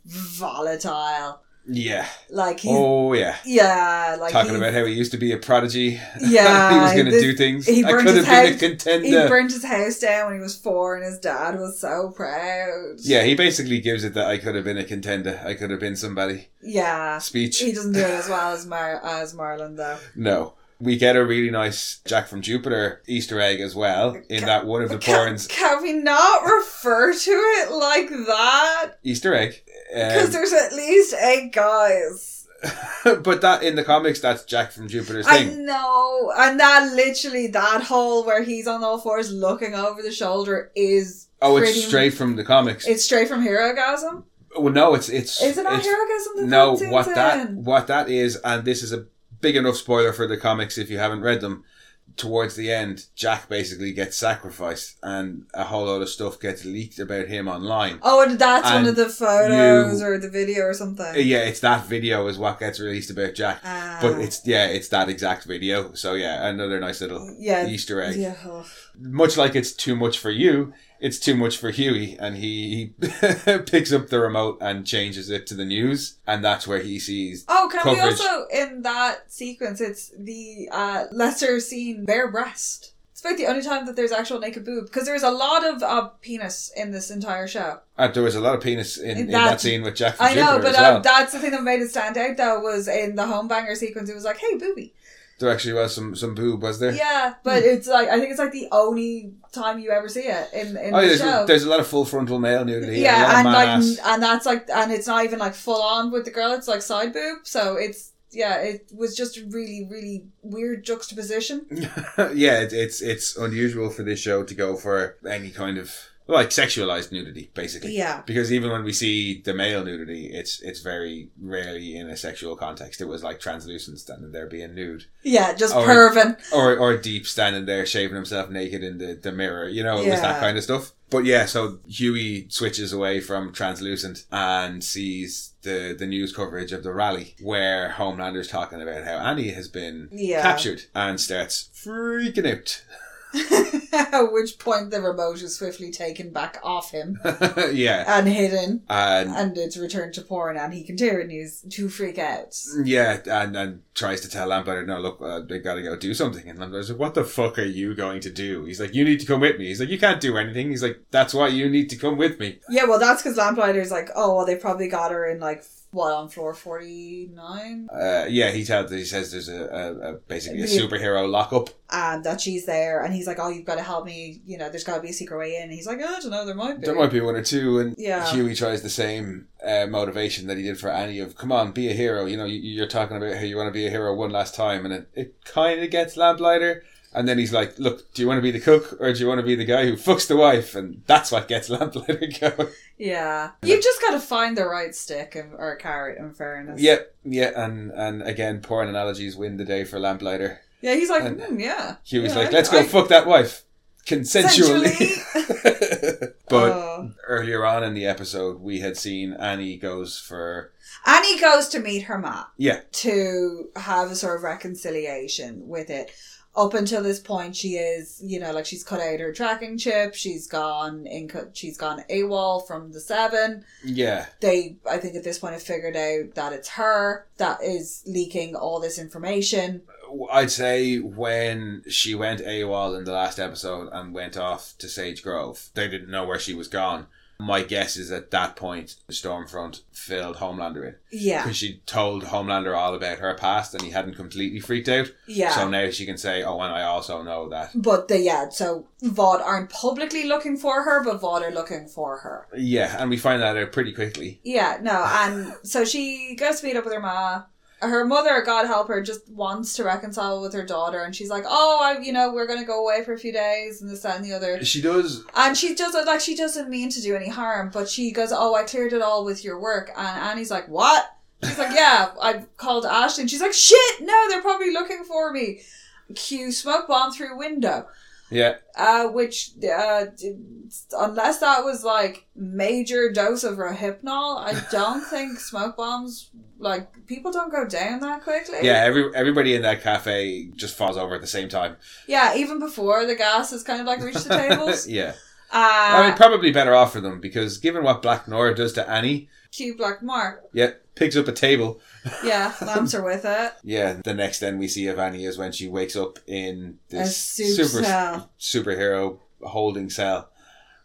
Speaker 2: volatile.
Speaker 1: yeah.
Speaker 2: Like he's
Speaker 1: Oh yeah.
Speaker 2: yeah, like
Speaker 1: Talking
Speaker 2: he-
Speaker 1: about how he used to be a prodigy.
Speaker 2: yeah,
Speaker 1: he was going to
Speaker 2: this-
Speaker 1: do things.
Speaker 2: he
Speaker 1: I
Speaker 2: burned
Speaker 1: could
Speaker 2: his
Speaker 1: have been a
Speaker 2: head- He
Speaker 1: contender.
Speaker 2: burnt his house down when he was four, and his dad was so proud.
Speaker 1: yeah, he basically gives it that I could have been a contender. I could have been somebody.
Speaker 2: yeah.
Speaker 1: Speech.
Speaker 2: He doesn't do it as well as Mar- as Marlon though.
Speaker 1: No. We get a really nice Jack from Jupiter Easter egg as well in that one of the
Speaker 2: Can,
Speaker 1: porns
Speaker 2: can we not refer to it like that?
Speaker 1: Easter egg.
Speaker 2: Because
Speaker 1: Um,
Speaker 2: there's at least eight guys.
Speaker 1: but that in the comics, that's Jack from Jupiter's
Speaker 2: I
Speaker 1: thing.
Speaker 2: know, and that literally that hole where he's on all fours looking over the shoulder is
Speaker 1: oh,
Speaker 2: pretty-
Speaker 1: it's straight from the comics.
Speaker 2: It's straight from Herogasm.
Speaker 1: well, no, it's it's
Speaker 2: Is it not
Speaker 1: it's-
Speaker 2: Herogasm? That
Speaker 1: no
Speaker 2: that's
Speaker 1: what
Speaker 2: in
Speaker 1: that
Speaker 2: then?
Speaker 1: what that is and this is a big enough spoiler for the comics if you haven't read them towards the end jack basically gets sacrificed and a whole lot of stuff gets leaked about him online
Speaker 2: Oh, and that's one
Speaker 1: And
Speaker 2: of the photos
Speaker 1: you-
Speaker 2: or the video or something.
Speaker 1: yeah it's that video is what gets released about jack
Speaker 2: Ah.
Speaker 1: but it's yeah it's that exact video so yeah another nice little
Speaker 2: yeah,
Speaker 1: easter egg
Speaker 2: yeah. oh.
Speaker 1: much like it's too much for you it's too much for huey and he, he picks up the remote and changes it to the news and that's where he sees
Speaker 2: Oh, can we
Speaker 1: Coverage.
Speaker 2: also in that sequence? It's the uh, lesser seen bare breast. It's about the only time that there's actual naked boob because there's a lot of uh, penis in this entire show.
Speaker 1: uh, there was a lot of penis in, in
Speaker 2: That-
Speaker 1: that scene with jack from
Speaker 2: I know,
Speaker 1: Jupiter
Speaker 2: but
Speaker 1: as well.
Speaker 2: uh, that's the thing that made it stand out though was in the home banger sequence. It was like, hey, booby.
Speaker 1: There actually was some some boob, was there?
Speaker 2: Yeah,
Speaker 1: Hmm.
Speaker 2: but it's like I think it's like the only time you ever see it in in
Speaker 1: Oh,
Speaker 2: the
Speaker 1: there's,
Speaker 2: show.
Speaker 1: there's a lot of full frontal male nudity. Yeah,
Speaker 2: yeah, and
Speaker 1: a lot
Speaker 2: like,
Speaker 1: of man
Speaker 2: n- and that's like, and it's not even like full on with the girl. It's like side boob. So it's yeah, it was just a really, really weird juxtaposition.
Speaker 1: ass. yeah, it, it's it's unusual for this show to go for any kind of like sexualized nudity, basically.
Speaker 2: Yeah.
Speaker 1: Because even when we see the male nudity, it's it's very rarely in a sexual context. It was like translucent standing there being nude,
Speaker 2: Yeah, just
Speaker 1: Or-
Speaker 2: pervin.
Speaker 1: or or deep standing there shaving himself naked in the, the mirror. You know, it was
Speaker 2: Yeah.
Speaker 1: that kind of stuff. But yeah, so Huey switches away from translucent and sees the the news coverage of the rally where Homelander's talking about how Annie has been
Speaker 2: Yeah.
Speaker 1: captured and starts freaking out.
Speaker 2: At which point the remote is swiftly taken back off him
Speaker 1: yeah,
Speaker 2: and hidden,
Speaker 1: and
Speaker 2: and it's returned to porn, and he continues to freak out.
Speaker 1: Yeah, and, and tries to tell Lamplighter, no, look, uh, they gotta go do something. And Lamplighter's like, what the fuck are you going to do? He's like, you need to come with me. He's like, you can't do anything. He's like, that's why you need to come with me.
Speaker 2: Yeah, well, that's because Lamplighter's like, oh, well, they probably got her in like what on floor forty nine,
Speaker 1: Uh, yeah, he tells. He says there's a, a, a basically a
Speaker 2: Yeah.
Speaker 1: superhero lockup.
Speaker 2: and that she's there, and he's like, oh, you've got to help me. You know, there's got to be a secret way in. And he's like, oh, I don't know, there might be.
Speaker 1: There might be one or two, and
Speaker 2: Yeah.
Speaker 1: Huey tries the same uh, motivation that he did for Annie of come on, be a hero. You know, you, you're talking about how you want to be a hero one last time, and it, it kind of gets Lamplighter. And then he's like, "Look, do you want to be the cook or do you want to be the guy who fucks the wife?" And that's what gets Lamplighter going.
Speaker 2: Yeah, you've just got to find the right stick and, or carrot. In fairness,
Speaker 1: Yep, yeah, and and again, porn analogies win the day for Lamplighter.
Speaker 2: yeah. He's like,
Speaker 1: And-
Speaker 2: hmm, yeah,
Speaker 1: Huey's
Speaker 2: Yeah,
Speaker 1: like,
Speaker 2: I-
Speaker 1: "Let's go
Speaker 2: I-
Speaker 1: fuck that wife consensually." but
Speaker 2: Oh.
Speaker 1: earlier on in the episode, we had seen Annie goes for
Speaker 2: Annie goes to meet her mom.
Speaker 1: Yeah.
Speaker 2: To have a sort of reconciliation with it. Up until this point, she is, you know, like she's cut out her tracking chip. She's gone in. She's gone AWOL from the seven.
Speaker 1: yeah,
Speaker 2: They, I think, at this point, have figured out that it's her that is leaking all this information.
Speaker 1: I'd say when she went AWOL in the last episode and went off to Sage Grove, they didn't know where she was gone. My guess is at that point, Stormfront filled Homelander in.
Speaker 2: Yeah.
Speaker 1: Because she told Homelander all about her past and he hadn't completely freaked out.
Speaker 2: Yeah.
Speaker 1: So now she can say, oh, and I also know that.
Speaker 2: but the, yeah, so Vod aren't publicly looking for her, but Vod are looking for her.
Speaker 1: Yeah, and we find that out pretty quickly.
Speaker 2: Yeah, no, and so she goes to meet up with her ma. Her mother, God help her, just wants to reconcile with her daughter, and she's like, "Oh, I, you know, we're gonna go away for a few days, and this that, and the other."
Speaker 1: She does.
Speaker 2: And she doesn't like she doesn't mean to do any harm, but she goes, "Oh, I cleared it all with your work." And Annie's like, "What?" She's like, "Yeah, I called Ashley." And she's like, "Shit, no, they're probably looking for me." Cue smoke bomb through window.
Speaker 1: Yeah,
Speaker 2: Uh, which, uh, d- unless that was like major dose of rohypnol, I don't think smoke bombs like people don't go down that quickly.
Speaker 1: yeah. Every everybody in that cafe just falls over at the same time.
Speaker 2: yeah. Even before the gas has kind of like reached the tables.
Speaker 1: yeah, I mean,
Speaker 2: Uh,
Speaker 1: probably better off for them because given what Black Nora does to Annie,
Speaker 2: cue black mark.
Speaker 1: yeah, picks up a table
Speaker 2: Yeah, lamps are with it.
Speaker 1: Yeah, the next then we see of Annie is when she wakes up in
Speaker 2: A
Speaker 1: this
Speaker 2: soup
Speaker 1: super
Speaker 2: cell.
Speaker 1: superhero holding cell,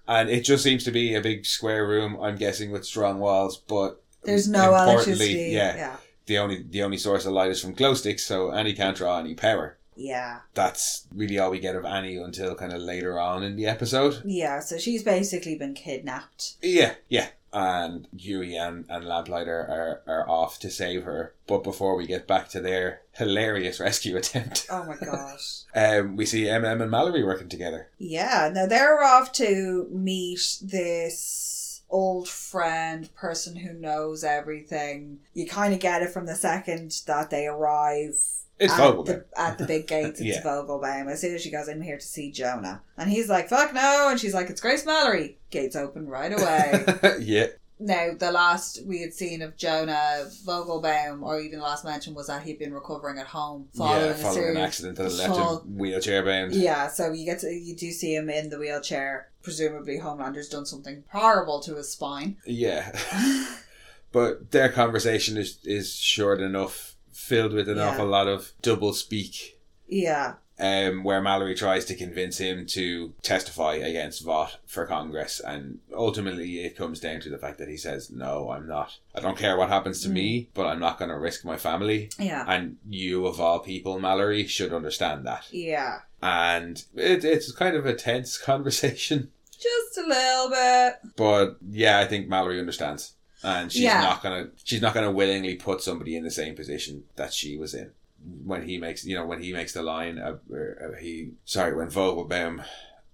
Speaker 1: and it just seems to be a big square room. I'm guessing with strong walls, but
Speaker 2: There's no
Speaker 1: importantly,
Speaker 2: electricity.
Speaker 1: Yeah,
Speaker 2: yeah,
Speaker 1: the only the only source of light is from glow sticks, so Annie can't draw any power.
Speaker 2: yeah,
Speaker 1: That's really all we get of Annie until kind of later on in the episode.
Speaker 2: yeah. So she's basically been kidnapped.
Speaker 1: Yeah, yeah. And Huey and, and Lamplighter are, are off to save her. But before we get back to their hilarious rescue attempt,
Speaker 2: Oh my gosh.
Speaker 1: Um, we see MM and Mallory working together.
Speaker 2: Yeah, no, they're off to meet this old friend, person who knows everything. You kind of get it from the second that they arrive
Speaker 1: It's
Speaker 2: at,
Speaker 1: Vogel.
Speaker 2: the, at the big gates. It's
Speaker 1: Yeah.
Speaker 2: Vogelbaum. As soon as she goes, I'm here to see Jonah. And he's like, fuck no. And she's like, it's Grace Mallory. Gates open right away.
Speaker 1: yeah,
Speaker 2: now, the last we had seen of Jonah Vogelbaum, or even the last mention, was that he'd been recovering at home following,
Speaker 1: yeah,
Speaker 2: a
Speaker 1: following an
Speaker 2: series
Speaker 1: accident that left
Speaker 2: Fall.
Speaker 1: him wheelchair bound.
Speaker 2: yeah, so you get to, you do see him in the wheelchair. Presumably, Homelander's done something horrible to his spine.
Speaker 1: Yeah. but their conversation is is short enough, filled with an
Speaker 2: Yeah.
Speaker 1: awful lot of double speak.
Speaker 2: yeah,
Speaker 1: Um, where Mallory tries to convince him to testify against Vought for Congress, and ultimately it comes down to the fact that he says, "No, I'm not. I don't care what happens to
Speaker 2: Mm.
Speaker 1: me, but I'm not going to risk my family."
Speaker 2: yeah,
Speaker 1: And you, of all people, Mallory, should understand that.
Speaker 2: yeah.
Speaker 1: and it, it's kind of a tense conversation.
Speaker 2: Just a little bit.
Speaker 1: But yeah, I think Mallory understands, and she's
Speaker 2: Yeah.
Speaker 1: not gonna she's not gonna willingly put somebody in the same position that she was in when he makes you know when he makes the line uh, uh, he sorry when Vogelbaum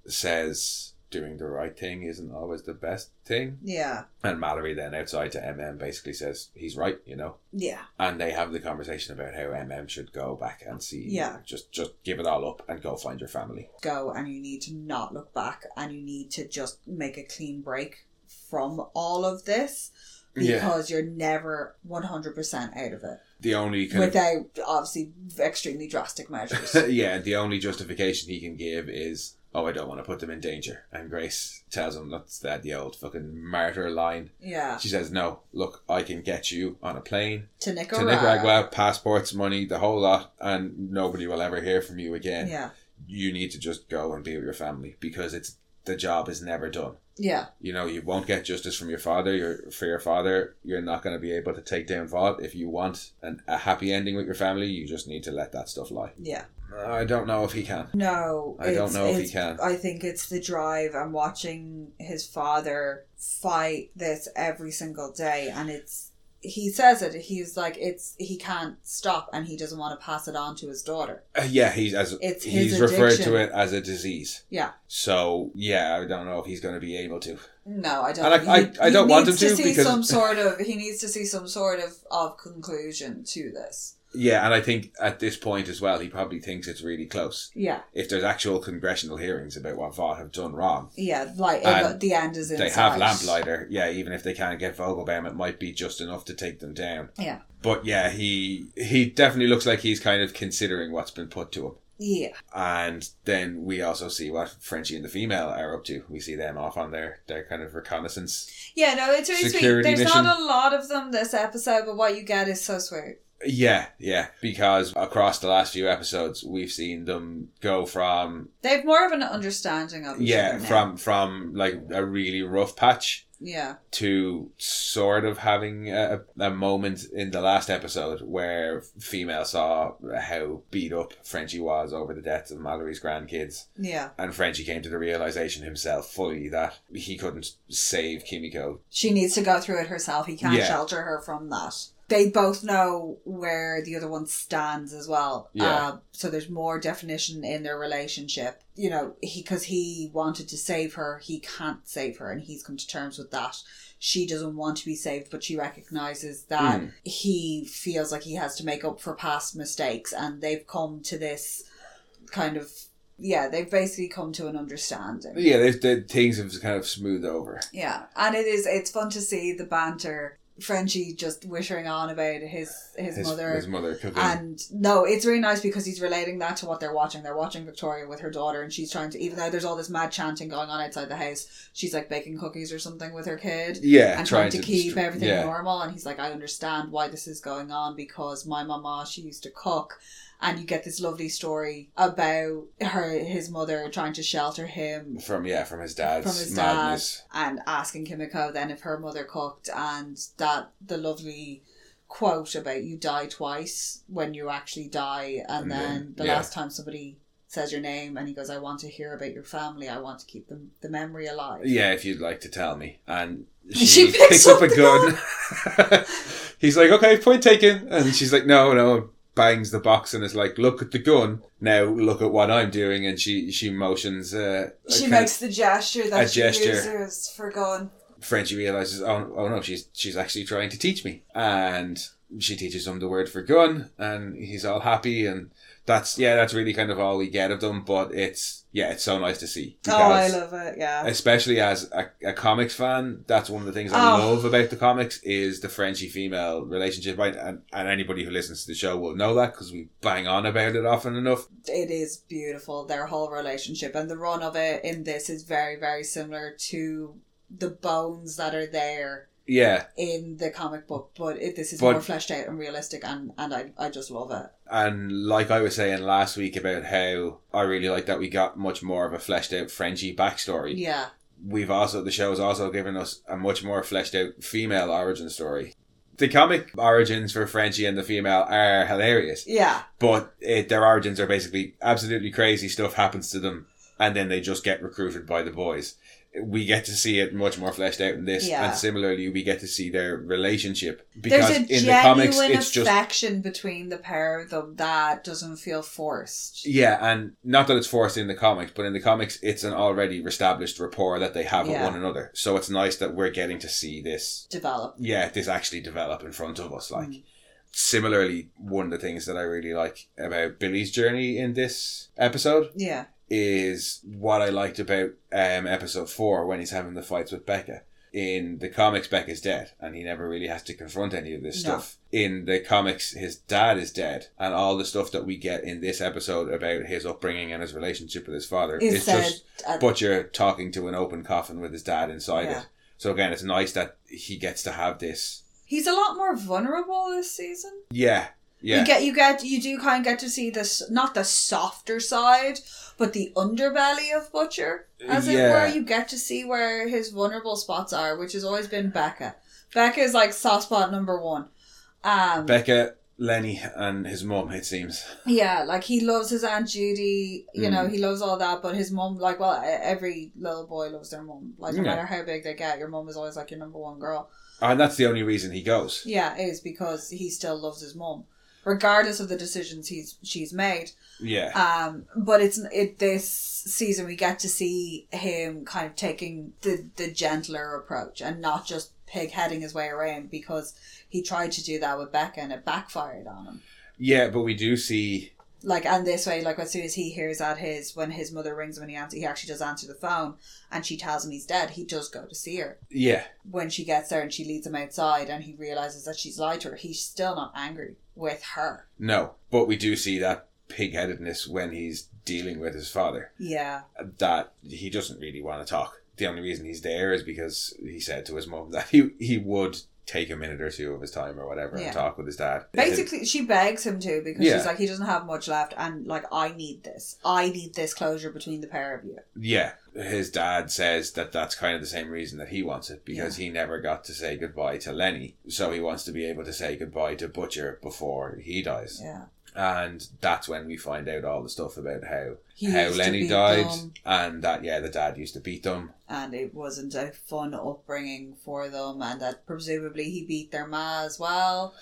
Speaker 1: says doing the right thing isn't always the best thing,
Speaker 2: Yeah,
Speaker 1: and Mallory then outside to MM basically says he's right, you know.
Speaker 2: yeah,
Speaker 1: And they have the conversation about how MM should go back and see,
Speaker 2: Yeah.
Speaker 1: just just give it all up and go find your family.
Speaker 2: go and you need to not look back and you need to just make a clean break from all of this because you're never 100% out of it
Speaker 1: the only kind of
Speaker 2: without obviously extremely drastic measures.
Speaker 1: yeah, the only justification he can give is, "Oh, I don't want to put them in danger." And Grace tells him that's that the old fucking martyr line.
Speaker 2: yeah,
Speaker 1: She says, "No, look, I can get you on a plane
Speaker 2: to
Speaker 1: to
Speaker 2: Nicaragua.
Speaker 1: Nicaragua, passports, money, the whole lot, and nobody will ever hear from you again.
Speaker 2: Yeah,
Speaker 1: You need to just go and be with your family because it's the job is never done."
Speaker 2: yeah,
Speaker 1: You know, you won't get justice from your father. Your for your father, you're not going to be able to take down Vought. If you want an, a happy ending with your family, you just need to let that stuff lie.
Speaker 2: yeah.
Speaker 1: I don't know if he can.
Speaker 2: No,
Speaker 1: I don't
Speaker 2: it's-
Speaker 1: know if he
Speaker 2: it's-
Speaker 1: can.
Speaker 2: I think it's the drive and watching his father fight this every single day, and it's he says it. He's like, it's he can't stop, and he doesn't want to pass it on to his daughter.
Speaker 1: Uh, yeah, he's as
Speaker 2: It's his
Speaker 1: he's referred
Speaker 2: addiction.
Speaker 1: to it as a disease.
Speaker 2: Yeah.
Speaker 1: So yeah, I don't know if he's going to be able to.
Speaker 2: No, I don't.
Speaker 1: And I-
Speaker 2: he-
Speaker 1: I- I
Speaker 2: he
Speaker 1: don't want
Speaker 2: needs
Speaker 1: him to
Speaker 2: see
Speaker 1: because-
Speaker 2: some sort of he needs to see some sort of of conclusion to this.
Speaker 1: Yeah, and I think at this point as well, he probably thinks it's really close.
Speaker 2: Yeah,
Speaker 1: If there's actual congressional hearings about what Vought have done wrong,
Speaker 2: yeah. Like
Speaker 1: And
Speaker 2: the end is in
Speaker 1: they have
Speaker 2: sight.
Speaker 1: Lamplighter. Yeah, even if they can't get Vogelbaum, it might be just enough to take them down.
Speaker 2: Yeah.
Speaker 1: But yeah, he he definitely looks like he's kind of considering what's been put to him.
Speaker 2: Yeah,
Speaker 1: And then we also see what Frenchie and the female are up to. We see them off on their, their kind of reconnaissance
Speaker 2: yeah. No, it's really
Speaker 1: Security
Speaker 2: sweet. There's not
Speaker 1: mission.
Speaker 2: a lot of them this episode, but what you get is so sweet.
Speaker 1: Yeah, yeah. Because across the last few episodes, we've seen them go from
Speaker 2: They've more of an understanding of each
Speaker 1: yeah
Speaker 2: other now.
Speaker 1: from from like a really rough patch
Speaker 2: Yeah.
Speaker 1: to sort of having a, a moment in the last episode where female saw how beat up Frenchie was over the deaths of Mallory's grandkids,
Speaker 2: Yeah.
Speaker 1: and Frenchie came to the realization himself fully that he couldn't save Kimiko.
Speaker 2: She needs to go through it herself. He can't
Speaker 1: Yeah.
Speaker 2: shelter her from that. They both know where the other one stands as well.
Speaker 1: Yeah.
Speaker 2: Uh, so there's more definition in their relationship. You know, he because he wanted to save her, he can't save her, and he's come to terms with that. She doesn't want to be saved, but she recognizes that
Speaker 1: Mm.
Speaker 2: he feels like he has to make up for past mistakes, and they've come to this kind of yeah, they've basically come to an understanding.
Speaker 1: Yeah, they, they, things have kind of smoothed over.
Speaker 2: Yeah, and it is. It's fun to see the banter. Frenchie just whittering on about his his, mother.
Speaker 1: his mother cooking.
Speaker 2: and no, it's really nice because he's relating that to what they're watching. They're watching Victoria with her daughter, and she's trying to, even though there's all this mad chanting going on outside the house, she's like baking cookies or something with her kid
Speaker 1: yeah,
Speaker 2: and trying to, keep
Speaker 1: dist-
Speaker 2: everything
Speaker 1: yeah.
Speaker 2: normal. And he's like, I understand why this is going on because my mama, she used to cook. And you get this lovely story about her, his mother trying to shelter him
Speaker 1: from yeah from his dad's
Speaker 2: From his dad.
Speaker 1: madness.
Speaker 2: and asking Kimiko then if her mother cooked and that the lovely quote about you die twice when you actually die
Speaker 1: And
Speaker 2: and, then,
Speaker 1: then-
Speaker 2: the
Speaker 1: yeah.
Speaker 2: last time somebody says your name and he goes I want to hear about your family I want to keep them the memory alive
Speaker 1: Yeah, if you'd like to tell me. And she,
Speaker 2: She
Speaker 1: picks,
Speaker 2: picks
Speaker 1: up,
Speaker 2: up
Speaker 1: a
Speaker 2: the
Speaker 1: gun. He's like, okay, point taken. And she's like, no, no. Bangs the box and is like, look at the gun. Now look at what I'm doing. And she she motions. Uh,
Speaker 2: she
Speaker 1: kind
Speaker 2: makes the gesture that
Speaker 1: a
Speaker 2: she
Speaker 1: gesture.
Speaker 2: uses for going
Speaker 1: of- Frenchie realizes, oh, oh no, she's she's actually trying to teach me. And she teaches him the word for gun. And he's all happy. And that's yeah, that's really kind of all we get of them. But it's yeah, it's so nice to see.
Speaker 2: oh I
Speaker 1: because-
Speaker 2: love it yeah
Speaker 1: especially as a, a comics fan that's one of the things i
Speaker 2: Oh.
Speaker 1: love about the comics is the frenchie female relationship I, and, and anybody who listens to the show will know that because we bang on about it often enough
Speaker 2: it is beautiful their whole relationship and the run of it in this is very very similar to the bones that are there
Speaker 1: yeah
Speaker 2: in the comic book, but it, this is
Speaker 1: But-
Speaker 2: more fleshed out and realistic, and, and I, I just love it.
Speaker 1: and like i was saying last week about how i really like that we got much more of a fleshed out frenchie backstory
Speaker 2: Yeah,
Speaker 1: we've also the show has also given us a much more fleshed out female origin story the comic origins for Frenchie and the female are hilarious.
Speaker 2: yeah,
Speaker 1: but it, their origins are basically absolutely crazy stuff happens to them and then they just get recruited by the boys we get to see it much more fleshed out in this
Speaker 2: Yeah.
Speaker 1: and similarly we get to see their relationship
Speaker 2: there's
Speaker 1: because
Speaker 2: a
Speaker 1: in the
Speaker 2: genuine
Speaker 1: comics it's just
Speaker 2: affection between the pair of them that doesn't feel forced.
Speaker 1: yeah and not that it's forced in the comics but in the comics it's an already established rapport that they have with
Speaker 2: Yeah.
Speaker 1: one another so it's nice that we're getting to see this
Speaker 2: Develop.
Speaker 1: yeah this actually develop in front of us like
Speaker 2: Mm.
Speaker 1: similarly one of the things that i really like about billy's journey in this episode
Speaker 2: yeah,
Speaker 1: is what I liked about um, episode four when he's having the fights with Becca. In the comics, Becca's dead, and he never really has to confront any of this
Speaker 2: No.
Speaker 1: stuff. In the comics, his dad is dead, and all the stuff that we get in this episode about his upbringing and his relationship with his father
Speaker 2: Is
Speaker 1: is
Speaker 2: said
Speaker 1: just
Speaker 2: at-
Speaker 1: Butcher talking to an open coffin with his dad inside
Speaker 2: Yeah.
Speaker 1: it. So again, it's nice that he gets to have this.
Speaker 2: he's a lot more vulnerable this season.
Speaker 1: Yeah, yeah,
Speaker 2: You get, you get, you do kind of get to see this, not the softer side, but the underbelly of Butcher, as it
Speaker 1: Yeah.
Speaker 2: were. You get to see where his vulnerable spots are, which has always been Becca. Becca is like soft spot number one. Um,
Speaker 1: Becca, Lenny, and his mum. It seems.
Speaker 2: yeah, like he loves his aunt Judy. You know,
Speaker 1: Mm.
Speaker 2: he loves all that, but his mum, like, well, e- every little boy loves their mum. Like, no
Speaker 1: Yeah.
Speaker 2: matter how big they get, your mum is always like your number one girl.
Speaker 1: And that's the only reason he goes.
Speaker 2: Yeah, it is because he still loves his mum, regardless of the decisions he's she's made.
Speaker 1: Yeah.
Speaker 2: Um, but it's it this season we get to see him kind of taking the the gentler approach and not just pigheading his way around because he tried to do that with Becca and it backfired on him.
Speaker 1: Yeah, but we do see
Speaker 2: Like and this way, like as soon as he hears that his when his mother rings him and he answer, he actually does answer the phone and she tells him he's dead. He does go to see her
Speaker 1: Yeah,
Speaker 2: when she gets there and she leads him outside and he realizes that she's lied to her. He's still not angry with her.
Speaker 1: no, but we do see that pig-headedness when he's dealing with his father.
Speaker 2: Yeah,
Speaker 1: That he doesn't really want to talk. The only reason he's there is because he said to his mum that he he would take a minute or two of his time or whatever
Speaker 2: Yeah.
Speaker 1: and talk with his dad.
Speaker 2: Basically, she begs him to because
Speaker 1: Yeah.
Speaker 2: she's like, he doesn't have much left, and like, I need this. I need this closure between the pair of you.
Speaker 1: Yeah, his dad says that that's kind of the same reason that he wants it because he never got to say goodbye to Lenny, so he wants to be able to say goodbye to Butcher before he dies,
Speaker 2: Yeah.
Speaker 1: and that's when we find out all the stuff about how
Speaker 2: He
Speaker 1: how
Speaker 2: used to
Speaker 1: Lenny
Speaker 2: be
Speaker 1: died
Speaker 2: dumb,
Speaker 1: and that yeah the dad used to beat them.
Speaker 2: and it wasn't a fun upbringing for them, and that presumably he beat their ma as well.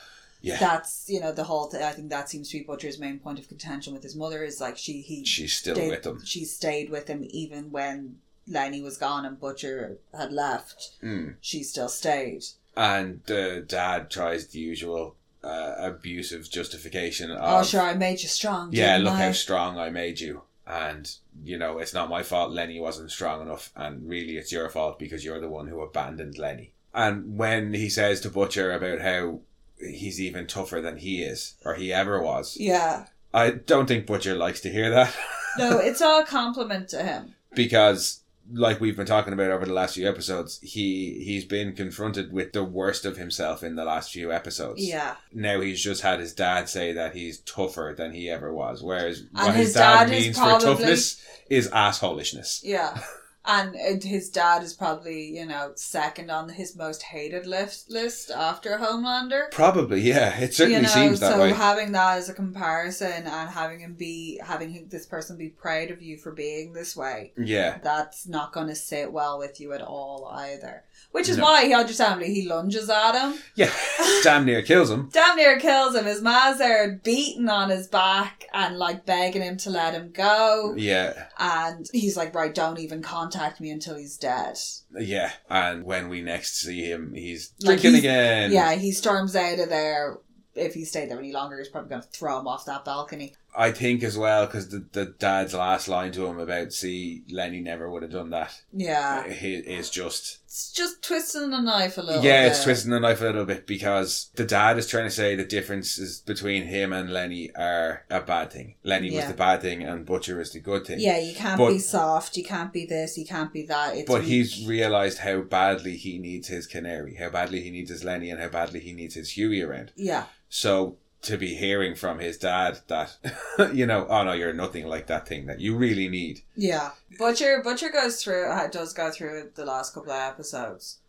Speaker 1: Yeah,
Speaker 2: That's you know the whole. thing. I think that seems to be Butcher's main point of contention with his mother is like she he
Speaker 1: she's still
Speaker 2: stayed-
Speaker 1: with them.
Speaker 2: She stayed with him even when Lenny was gone and Butcher had left.
Speaker 1: Mm.
Speaker 2: She still stayed.
Speaker 1: and the dad tries the usual uh, abusive justification
Speaker 2: Oh,
Speaker 1: of
Speaker 2: sure, I made you strong.
Speaker 1: Uh, yeah
Speaker 2: didn't
Speaker 1: look
Speaker 2: I?
Speaker 1: how strong i made you and you know it's not my fault lenny wasn't strong enough and really it's your fault because you're the one who abandoned lenny and when he says to butcher about how he's even tougher than he is or he ever was
Speaker 2: Yeah.
Speaker 1: i don't think butcher likes to hear that
Speaker 2: No, it's all a compliment to him.
Speaker 1: because like we've been talking about over the last few episodes he he's been confronted with the worst of himself in the last few episodes
Speaker 2: Yeah.
Speaker 1: now he's just had his dad say that he's tougher than he ever was. Whereas what
Speaker 2: his
Speaker 1: his, dad,
Speaker 2: dad is
Speaker 1: means
Speaker 2: probably-
Speaker 1: for toughness is assholishness.
Speaker 2: Yeah. And it- his dad is probably, you know, second on his most hated list, list after Homelander.
Speaker 1: Probably, yeah. It certainly
Speaker 2: you know,
Speaker 1: seems that
Speaker 2: so
Speaker 1: way.
Speaker 2: having that as a comparison and having him be, having him- this person be proud of you for being this way,
Speaker 1: yeah.
Speaker 2: that's not going to sit well with you at all either. Which is
Speaker 1: No.
Speaker 2: why he understandably he lunges at him,
Speaker 1: Yeah. Damn near kills him.
Speaker 2: damn near kills him. His ma's there beating on his back and like begging him to let him go.
Speaker 1: Yeah.
Speaker 2: And he's like, right, don't even contact me until he's dead.
Speaker 1: Yeah. And when we next see him, he's
Speaker 2: Like
Speaker 1: drinking
Speaker 2: he's-
Speaker 1: again.
Speaker 2: yeah, he storms out of there. If he stayed there any longer, he's probably going to throw him off that balcony.
Speaker 1: I think as well, because the, the dad's last line to him about, see, Lenny never would have done that.
Speaker 2: Yeah.
Speaker 1: He is just
Speaker 2: It's just twisting the knife Uh, a little
Speaker 1: yeah,
Speaker 2: bit.
Speaker 1: it's twisting the knife a little bit because the dad is trying to say the differences between him and Lenny are a bad thing. Lenny was
Speaker 2: Yeah.
Speaker 1: the bad thing and Butcher is the good thing.
Speaker 2: Yeah, you can't
Speaker 1: But-
Speaker 2: be soft. You can't be this. You can't be that. It's
Speaker 1: But he's
Speaker 2: weak.
Speaker 1: realized how badly he needs his canary, how badly he needs his Lenny, and how badly he needs his Huey around.
Speaker 2: yeah,
Speaker 1: So to be hearing from his dad that, you know, oh no, you're nothing like that thing that you really need.
Speaker 2: yeah. Butcher Butcher goes through uh, does go through it the last couple of episodes.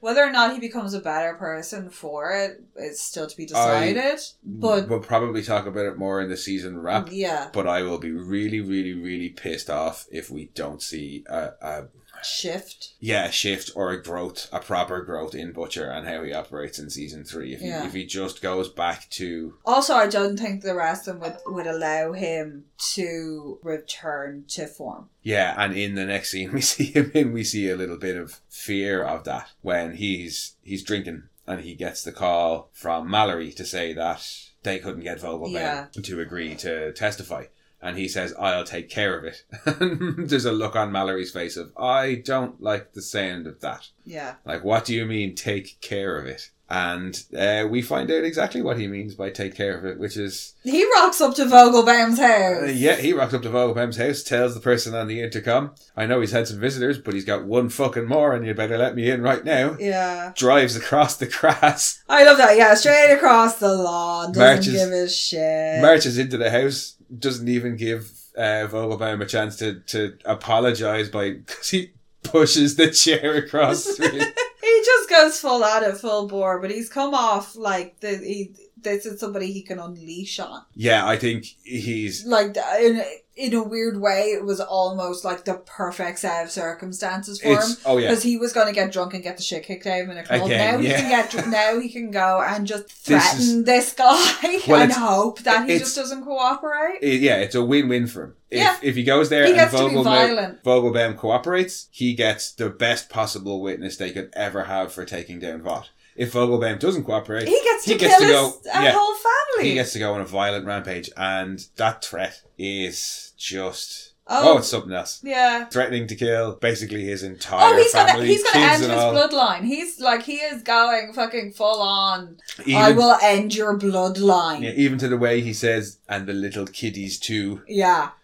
Speaker 2: Whether or not he becomes a better person for it is still to be decided. but
Speaker 1: we'll probably talk about it more in the season wrap.
Speaker 2: yeah,
Speaker 1: But I will be really, really, really pissed off if we don't see a, a
Speaker 2: shift.
Speaker 1: yeah, a shift or a growth, a proper growth in Butcher and how he operates in season three. If he,
Speaker 2: Yeah.
Speaker 1: if he just goes back to
Speaker 2: Also, I don't think the rest of them would, would allow him to return to form.
Speaker 1: yeah, and in the next scene we see him in, we see a little bit of fear of that when he's he's drinking and he gets the call from Mallory to say that they couldn't get Vogel
Speaker 2: Yeah.
Speaker 1: to agree to testify. And he says, I'll take care of it. And There's a look on Mallory's face of, I don't like the sound of that.
Speaker 2: Yeah.
Speaker 1: Like, what do you mean take care of it? And uh, we find out exactly what he means by take care of it, which is
Speaker 2: He rocks up to Vogelbaum's house.
Speaker 1: uh, yeah, he rocks up to Vogelbaum's house, tells the person on the intercom, I know he's had some visitors, but he's got one fucking more, and you better let me in right now.
Speaker 2: Yeah.
Speaker 1: Drives across the grass,
Speaker 2: I love that. Yeah, straight across the lawn. Doesn't
Speaker 1: Marches-
Speaker 2: give a shit.
Speaker 1: marches into the house, doesn't even give uh, Vogelbaum a chance to, to apologize by because he pushes the chair across. the
Speaker 2: he just goes full out at full bore, but he's come off like the, he, this is somebody he can unleash on.
Speaker 1: yeah, I think he's
Speaker 2: Like in in a weird way, it was almost like the perfect set of circumstances for him.
Speaker 1: it's oh yeah.
Speaker 2: because he was going to get drunk and get the shit kicked out of him in a club.
Speaker 1: Again,
Speaker 2: now he
Speaker 1: yeah.
Speaker 2: can get dr- now he can go and just
Speaker 1: This
Speaker 2: threaten this, guy
Speaker 1: Well,
Speaker 2: and
Speaker 1: it's-
Speaker 2: hope that he
Speaker 1: it's-
Speaker 2: just doesn't cooperate.
Speaker 1: it- yeah, it's a win-win for him. If,
Speaker 2: Yeah.
Speaker 1: if he goes there
Speaker 2: He
Speaker 1: and
Speaker 2: gets to be
Speaker 1: Vogelbaum,
Speaker 2: violent.
Speaker 1: Vogelbaum cooperates, he gets the best possible witness they could ever have for taking down Vought. If Vogelbaum doesn't cooperate,
Speaker 2: He gets to
Speaker 1: he gets to
Speaker 2: kill his
Speaker 1: go-
Speaker 2: uh,
Speaker 1: yeah.
Speaker 2: whole
Speaker 1: he
Speaker 2: family.
Speaker 1: gets to go on a violent rampage, and that threat is just
Speaker 2: oh,
Speaker 1: oh, it's something else.
Speaker 2: yeah.
Speaker 1: Threatening to kill basically his entire
Speaker 2: Oh, he's
Speaker 1: family,
Speaker 2: gonna he's gonna
Speaker 1: kids
Speaker 2: end his
Speaker 1: and all.
Speaker 2: bloodline. He's like he is going fucking full on.
Speaker 1: Even,
Speaker 2: I will end your bloodline.
Speaker 1: yeah,
Speaker 2: Yeah.
Speaker 1: even to the way he says, and the little kiddies too.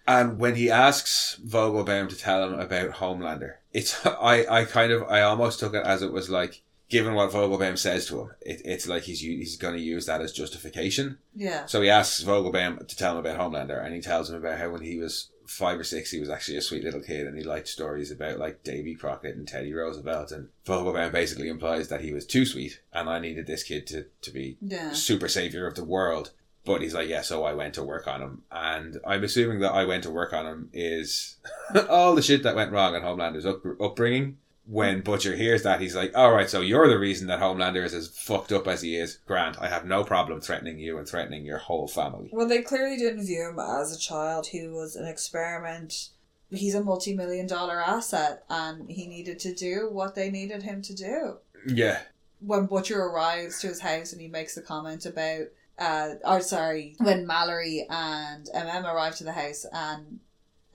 Speaker 1: And when he asks Vogelbaum to tell him about Homelander, it's I, I kind of I almost took it as it was like given what Vogelbaum says to him, it, it's like he's u- he's going to use that as justification.
Speaker 2: Yeah.
Speaker 1: So he asks Vogelbaum to tell him about Homelander, and he tells him about how when he was five or six, he was actually a sweet little kid, and he liked stories about like Davy Crockett and Teddy Roosevelt. And Vogelbaum basically implies that he was too sweet, and I needed this kid to, to be
Speaker 2: Yeah.
Speaker 1: super savior of the world. But he's like, yeah, so I went to work on him. And I'm assuming that I went to work on him is all the shit that went wrong in Homelander's up- upbringing. When Butcher hears that, he's like, all right, so you're the reason that Homelander is as fucked up as he is. Grant, I have no problem threatening you and threatening your whole family.
Speaker 3: Well, they clearly didn't view him as a child. He was an experiment.
Speaker 2: He's a multi million dollar asset and he needed to do what they needed him to do.
Speaker 1: Yeah.
Speaker 2: When Butcher arrives to his house and he makes the comment about, uh, or sorry, when Mallory and MM arrive to the house and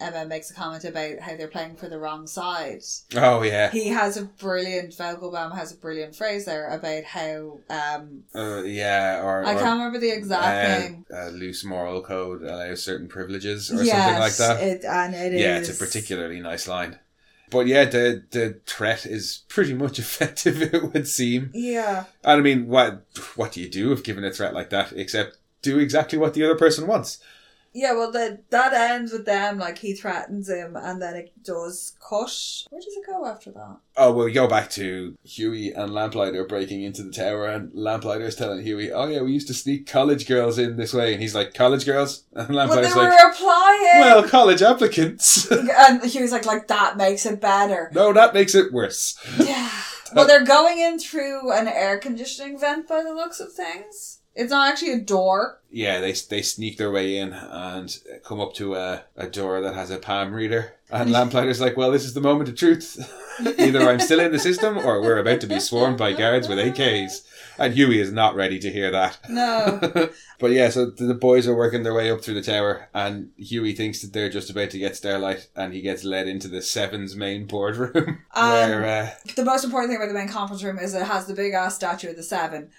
Speaker 2: MM makes a comment about how they're playing for the wrong side.
Speaker 1: Oh, yeah.
Speaker 2: He has a brilliant, Vogelbaum has a brilliant phrase there about how, um,
Speaker 1: Uh, yeah. Or,
Speaker 2: I
Speaker 1: or,
Speaker 2: can't remember the exact
Speaker 1: uh,
Speaker 2: name.
Speaker 1: uh, loose moral code allows certain privileges or something like
Speaker 2: Yes,
Speaker 1: that.
Speaker 3: It, and it
Speaker 1: yeah,
Speaker 3: is-
Speaker 1: it's a particularly nice line. But yeah, the the threat is pretty much effective. It would seem.
Speaker 3: Yeah.
Speaker 1: And I mean, what what do you do if given a threat like that? Except do exactly what the other person wants.
Speaker 3: Yeah, well, that that ends with them, like, he threatens him, and then it does cut.
Speaker 2: Where does it go after that?
Speaker 1: Oh well, we go back to Huey and Lamplighter breaking into the tower, and Lamplighter's telling Huey, "Oh yeah, we used to sneak college girls in this way," and he's like, "College girls," and
Speaker 2: Well,
Speaker 1: Lamplighter's
Speaker 2: they were
Speaker 1: like,
Speaker 2: applying.
Speaker 1: "Well, college applicants."
Speaker 2: and he was like, like that makes it better.
Speaker 1: no, that makes it worse.
Speaker 2: Yeah. Well, they're going in through an air conditioning vent by the looks of things. It's not actually a door.
Speaker 1: yeah, they they sneak their way in and come up to a, a door that has a palm reader. And Lamplighter's like, well, this is the moment of truth. Either I'm still in the system or we're about to be swarmed by guards with AKs. And Huey is not ready to hear that.
Speaker 2: No.
Speaker 1: but yeah, so the the boys are working their way up through the tower, and Huey thinks that they're just about to get Starlight, and he gets led into the Sevens main boardroom. where,
Speaker 2: Um,
Speaker 1: uh,
Speaker 2: the most important thing about the main conference room is it has the big ass statue of the seven.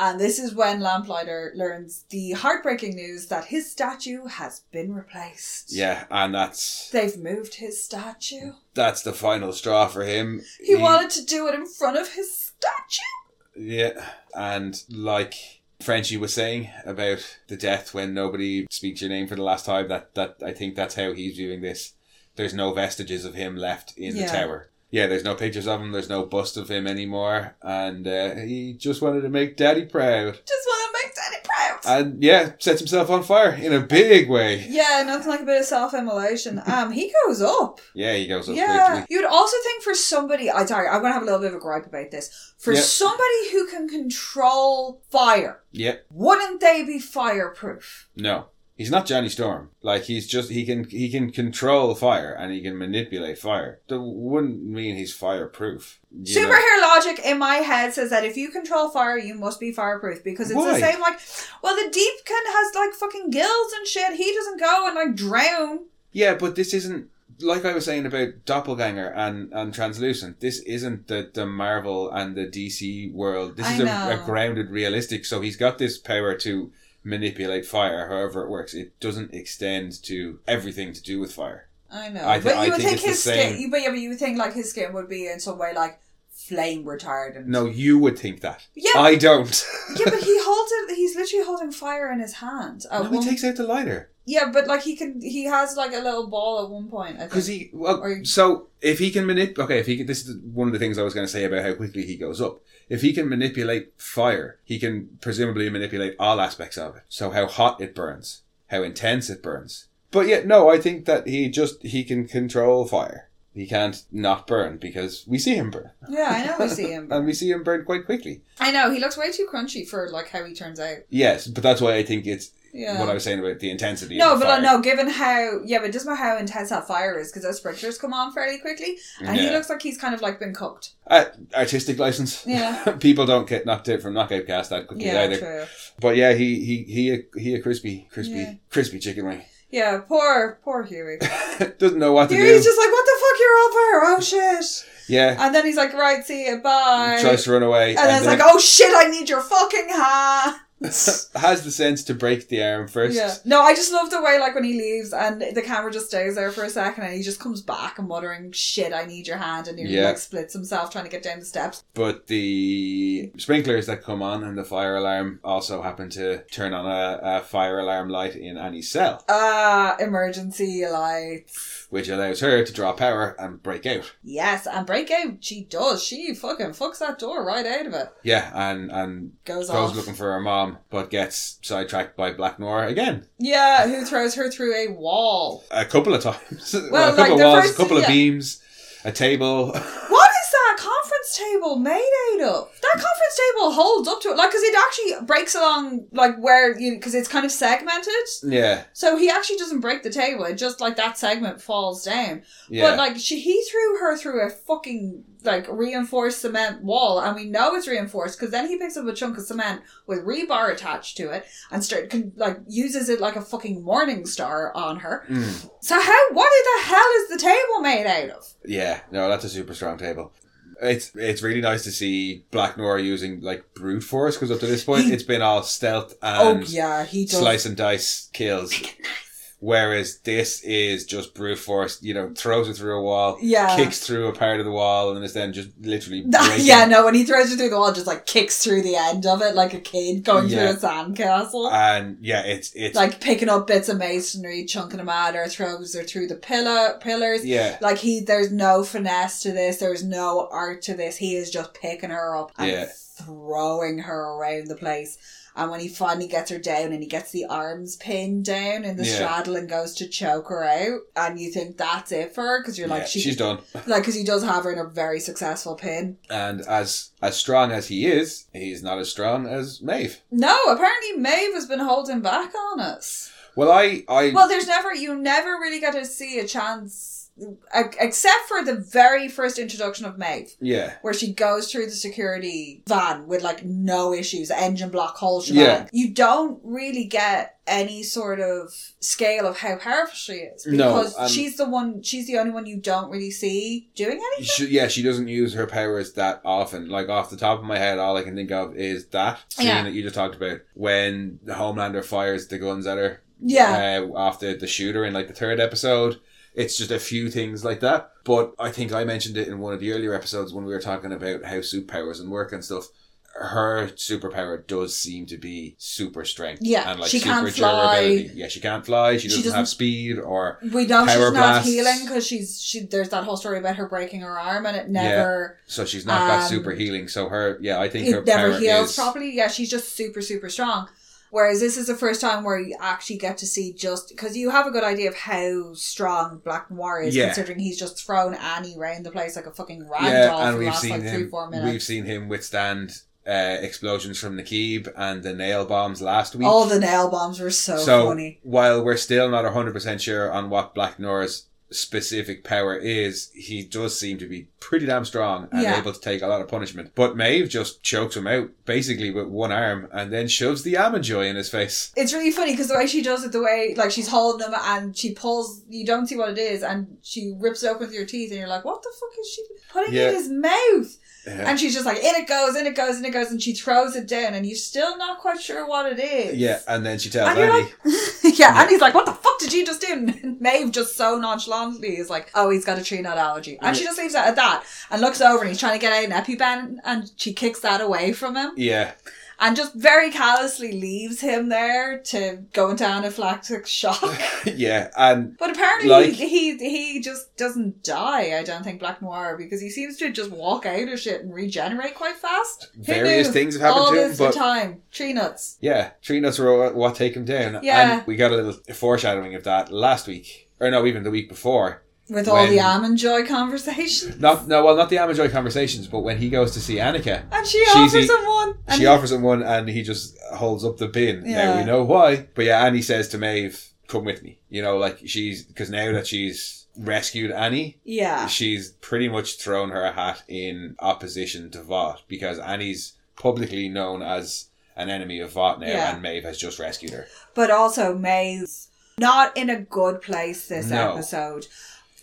Speaker 2: And this is when Lamplighter learns the heartbreaking news that his statue has been replaced.
Speaker 1: yeah, and that's
Speaker 2: They've moved his statue.
Speaker 1: that's the final straw for him.
Speaker 2: He wanted to do it in front of his statue.
Speaker 1: Yeah, and like Frenchie was saying about the death when nobody speaks your name for the last time, that that I think that's how he's viewing this. There's no vestiges of him left in the
Speaker 3: Yeah.
Speaker 1: tower. Yeah, there's no pictures of him. There's no bust of him anymore, and uh, he just wanted to make Daddy proud.
Speaker 2: Just want to make Daddy proud.
Speaker 1: And yeah, sets himself on fire in a big way.
Speaker 3: Yeah, nothing like a bit of self immolation. Um, He goes up.
Speaker 1: Yeah, he goes up.
Speaker 3: Yeah.
Speaker 1: quickly.
Speaker 2: You would also think for somebody, I sorry, I'm gonna have a little bit of a gripe about this. For
Speaker 1: Yep.
Speaker 2: somebody who can control fire,
Speaker 1: Yeah,
Speaker 2: wouldn't they be fireproof?
Speaker 1: no, he's not Johnny Storm. Like he's just he can he can control fire and he can manipulate fire. That wouldn't mean he's fireproof. you know?
Speaker 2: Superhero logic in my head says that if you control fire, you must be fireproof because it's
Speaker 1: Why?
Speaker 2: the same. Like, well, the deep can has like fucking gills and shit. He doesn't go and like drown.
Speaker 1: Yeah, but this isn't like I was saying about Doppelganger and, and Translucent. This isn't the, the Marvel and the DC world. This
Speaker 2: I
Speaker 1: is a,
Speaker 2: know.
Speaker 1: a grounded realistic. So he's got this power to manipulate fire, however it works. It doesn't extend to everything to do with fire.
Speaker 2: I know,
Speaker 1: I th-
Speaker 2: but
Speaker 1: I
Speaker 2: you would
Speaker 1: think
Speaker 2: think,
Speaker 1: it's the
Speaker 2: his
Speaker 1: same.
Speaker 2: skin. You, but yeah, but you would think like his skin would be in some way like flame retardant.
Speaker 1: No, you would think that.
Speaker 2: Yeah,
Speaker 1: I don't.
Speaker 2: yeah, but he holds it. He's literally holding fire in his hand. at
Speaker 1: no,
Speaker 2: one
Speaker 1: he takes out the lighter
Speaker 2: Yeah, but like he can, he has like a little ball at one point. I think.
Speaker 1: because he. Well,
Speaker 2: Or-
Speaker 1: so if he can manipulate, okay, if he can, this is one of the things I was going to say about how quickly he goes up. If he can manipulate fire, he can presumably manipulate all aspects of it. So how hot it burns, how intense it burns. But yet, no, I think that he just he can control fire. He can't not burn because we see him burn,
Speaker 2: yeah, I know we see him.
Speaker 1: and we see him burn quite quickly.
Speaker 2: I know he looks way too crunchy for like how he turns out.
Speaker 1: Yes, but that's why I think it's
Speaker 2: Yeah.
Speaker 1: what I was saying about the intensity.
Speaker 2: no,
Speaker 1: of the
Speaker 2: but
Speaker 1: fire.
Speaker 2: like, no. Given how yeah, but it doesn't matter how intense that fire is because those sprinklers come on fairly quickly, and he
Speaker 1: Yeah.
Speaker 2: looks like he's kind of like been cooked.
Speaker 1: Uh, artistic license.
Speaker 2: Yeah.
Speaker 1: People don't get knocked out from knockout cast that quickly
Speaker 2: Yeah,
Speaker 1: either.
Speaker 2: true.
Speaker 1: But yeah, he he he a, he a crispy crispy
Speaker 2: Yeah.
Speaker 1: crispy chicken wing.
Speaker 2: Yeah, poor poor Huey.
Speaker 1: Doesn't know what to do.
Speaker 2: Huey's just like, what the fuck? You're on fire! Oh shit!
Speaker 1: yeah,
Speaker 2: And then he's like, right, see you, bye.
Speaker 1: tries to run away.
Speaker 2: "Oh, and then it's like, oh shit! I need your fucking hand.
Speaker 1: has the sense to break the arm first.
Speaker 2: Yeah. No, I just love the way like when he leaves and the camera just stays there for a second and he just comes back and muttering, Shit, I need your hand and he
Speaker 1: Yeah.
Speaker 2: like splits himself trying to get down the steps.
Speaker 1: But the sprinklers that come on and the fire alarm also happen to turn on a, a fire alarm light in Annie's cell,
Speaker 2: Ah, emergency lights.
Speaker 1: which allows her to draw power and break out.
Speaker 2: Yes, and break out she does. She fucking fucks that door right out of it.
Speaker 1: Yeah, and and
Speaker 2: Goes,
Speaker 1: goes
Speaker 2: off.
Speaker 1: looking for her mom, but gets sidetracked by Black Noir again
Speaker 2: Yeah, who throws her through a wall.
Speaker 1: a couple of times. Well,
Speaker 2: Well,
Speaker 1: a couple
Speaker 2: like
Speaker 1: of
Speaker 2: the
Speaker 1: walls,
Speaker 2: first-
Speaker 1: a couple of
Speaker 2: yeah.
Speaker 1: beams, a table.
Speaker 2: What is that conference table made out of? That conference table holds up to it, like, because it actually breaks along, like, where you, because it's kind of segmented.
Speaker 1: yeah,
Speaker 2: So he actually doesn't break the table, it just, like, that segment falls down.
Speaker 1: yeah.
Speaker 2: But, like, she, he threw her through a fucking, like, reinforced cement wall, and we know it's reinforced, because then he picks up a chunk of cement with rebar attached to it and start, con- like, uses it like a fucking morning star on her.
Speaker 1: Mm,
Speaker 2: So, how, what the hell is the table made out of?
Speaker 1: yeah, no, that's a super strong table. It's it's really nice to see Black Noir using like brute force because up to this point
Speaker 2: He-
Speaker 1: it's been all stealth and
Speaker 2: oh, yeah, he does.
Speaker 1: slice and dice kills. Whereas this is just brute force, you know, throws it through a wall,
Speaker 2: Yeah.
Speaker 1: kicks through a part of the wall, and is then just literally breaking.
Speaker 2: yeah, no, when he throws her through the wall, just like kicks through the end of it like a kid going
Speaker 1: Yeah.
Speaker 2: through a sandcastle.
Speaker 1: And yeah, it's it's
Speaker 2: like picking up bits of masonry, chunking them out, or throws her through the pillar pillars.
Speaker 1: yeah,
Speaker 2: Like he, there's no finesse to this. There's no art to this. He is just picking her up and
Speaker 1: Yeah.
Speaker 2: throwing her around the place. And when he finally gets her down and he gets the arms pinned down in the
Speaker 1: Yeah.
Speaker 2: straddle and goes to choke her out, and you think that's it for her because you're like
Speaker 1: yeah,
Speaker 2: she,
Speaker 1: she's done.
Speaker 2: like because he does have her in a very successful pin.
Speaker 1: And as as strong as he is, he's not as strong as Maeve.
Speaker 2: No, apparently Maeve has been holding back on us.
Speaker 1: Well, I I
Speaker 2: Well, there's never you never really get to see a chance, ex- except for the very first introduction of Maeve,
Speaker 1: yeah
Speaker 2: where she goes through the security van with like no issues, engine block, whole shebang.
Speaker 1: Yeah.
Speaker 2: You don't really get any sort of scale of how powerful she is
Speaker 1: No,
Speaker 2: because
Speaker 1: um,
Speaker 2: she's the one, she's the only one you don't really see doing anything.
Speaker 1: she, yeah she doesn't use her powers that often. Like off the top of my head, all I can think of is that scene
Speaker 2: Yeah.
Speaker 1: that you just talked about when the Homelander fires the guns at her
Speaker 2: Yeah,
Speaker 1: uh, off the, the shooter in like the third episode. It's just a few things like that. But I think I mentioned it in one of the earlier episodes when we were talking about how superpowers and work and stuff. Her superpower does seem to be super strength.
Speaker 2: Yeah,
Speaker 1: and like
Speaker 2: she
Speaker 1: super
Speaker 2: can't fly.
Speaker 1: durability. Yeah, she can't fly. She
Speaker 2: She
Speaker 1: doesn't,
Speaker 2: doesn't-
Speaker 1: have speed or
Speaker 2: we know she's
Speaker 1: Power
Speaker 2: not
Speaker 1: blasts.
Speaker 2: healing because she's she. There's that whole story about her breaking her arm and it never.
Speaker 1: so she's not got
Speaker 2: Um,
Speaker 1: super healing. So her yeah, I think her
Speaker 2: it never
Speaker 1: power
Speaker 2: heals
Speaker 1: is
Speaker 2: properly. Yeah, she's just super, super strong. Whereas this is the first time where you actually get to see just because you have a good idea of how strong Black Noir is,
Speaker 1: Yeah.
Speaker 2: considering he's just thrown Annie round the place like a fucking rag doll
Speaker 1: yeah,
Speaker 2: for
Speaker 1: and
Speaker 2: the
Speaker 1: we've
Speaker 2: last
Speaker 1: seen
Speaker 2: like
Speaker 1: him.
Speaker 2: three, four
Speaker 1: we've
Speaker 2: minutes.
Speaker 1: seen him withstand uh, explosions from Nakib and the nail bombs last week.
Speaker 2: All the nail bombs were Oh, so,
Speaker 1: So
Speaker 2: funny.
Speaker 1: while we're still not 100% sure on what Black Nora's specific power is, he does seem to be pretty damn strong and
Speaker 2: Yeah.
Speaker 1: able to take a lot of punishment. But Maeve just chokes him out basically with one arm and then shoves the almond joy in his face.
Speaker 2: It's really funny because the way she does it, the way like she's holding him and she pulls, you don't see what it is, and she rips it open with your teeth, and you're like, what the fuck is she putting
Speaker 1: Yeah.
Speaker 2: in his mouth?
Speaker 1: Yeah.
Speaker 2: And she's just like, in it goes, in it goes, in it goes, and she throws it down, and you're still not quite sure what it is.
Speaker 1: Uh, Yeah, and then she tells
Speaker 2: And you're
Speaker 1: Annie,
Speaker 2: yeah, and he's like, what the fuck did you just do? And Maeve just so nonchalantly is like, oh, he's got a tree nut allergy. And she just leaves it at that and looks over and he's trying to get out an EpiPen and she kicks that away from him
Speaker 1: yeah,
Speaker 2: and just very callously leaves him there to go into anaphylactic shock.
Speaker 1: yeah, and
Speaker 2: But apparently
Speaker 1: Like-
Speaker 2: he, he he just doesn't die, I don't think, Black Noir, because he seems to just walk out of shit and regenerate quite fast. Who
Speaker 1: various
Speaker 2: knew?
Speaker 1: things have
Speaker 2: All
Speaker 1: happened to him,
Speaker 2: this
Speaker 1: but
Speaker 2: time. Tree nuts.
Speaker 1: yeah, tree nuts were what- what take him down.
Speaker 2: Yeah.
Speaker 1: And we got a little foreshadowing of that last week, or no, even the week before,
Speaker 2: With all
Speaker 1: When-
Speaker 2: the almond joy conversation.
Speaker 1: Not no, well, not the Amajoy conversations, but when he goes to see Annika,
Speaker 2: And she
Speaker 1: She's
Speaker 2: offers
Speaker 1: the-
Speaker 2: him one. And
Speaker 1: she offers him one, and he just holds up the bin. Now
Speaker 2: Yeah.
Speaker 1: we know why, but yeah, Annie says to Maeve, "Come with me." You know, like she's because now that she's rescued Annie,
Speaker 2: yeah.
Speaker 1: she's pretty much thrown her hat in opposition to Vought because Annie's publicly known as an enemy of Vought now,
Speaker 2: Yeah.
Speaker 1: and Maeve has just rescued her.
Speaker 2: But also Maeve's not in a good place this
Speaker 1: No.
Speaker 2: episode.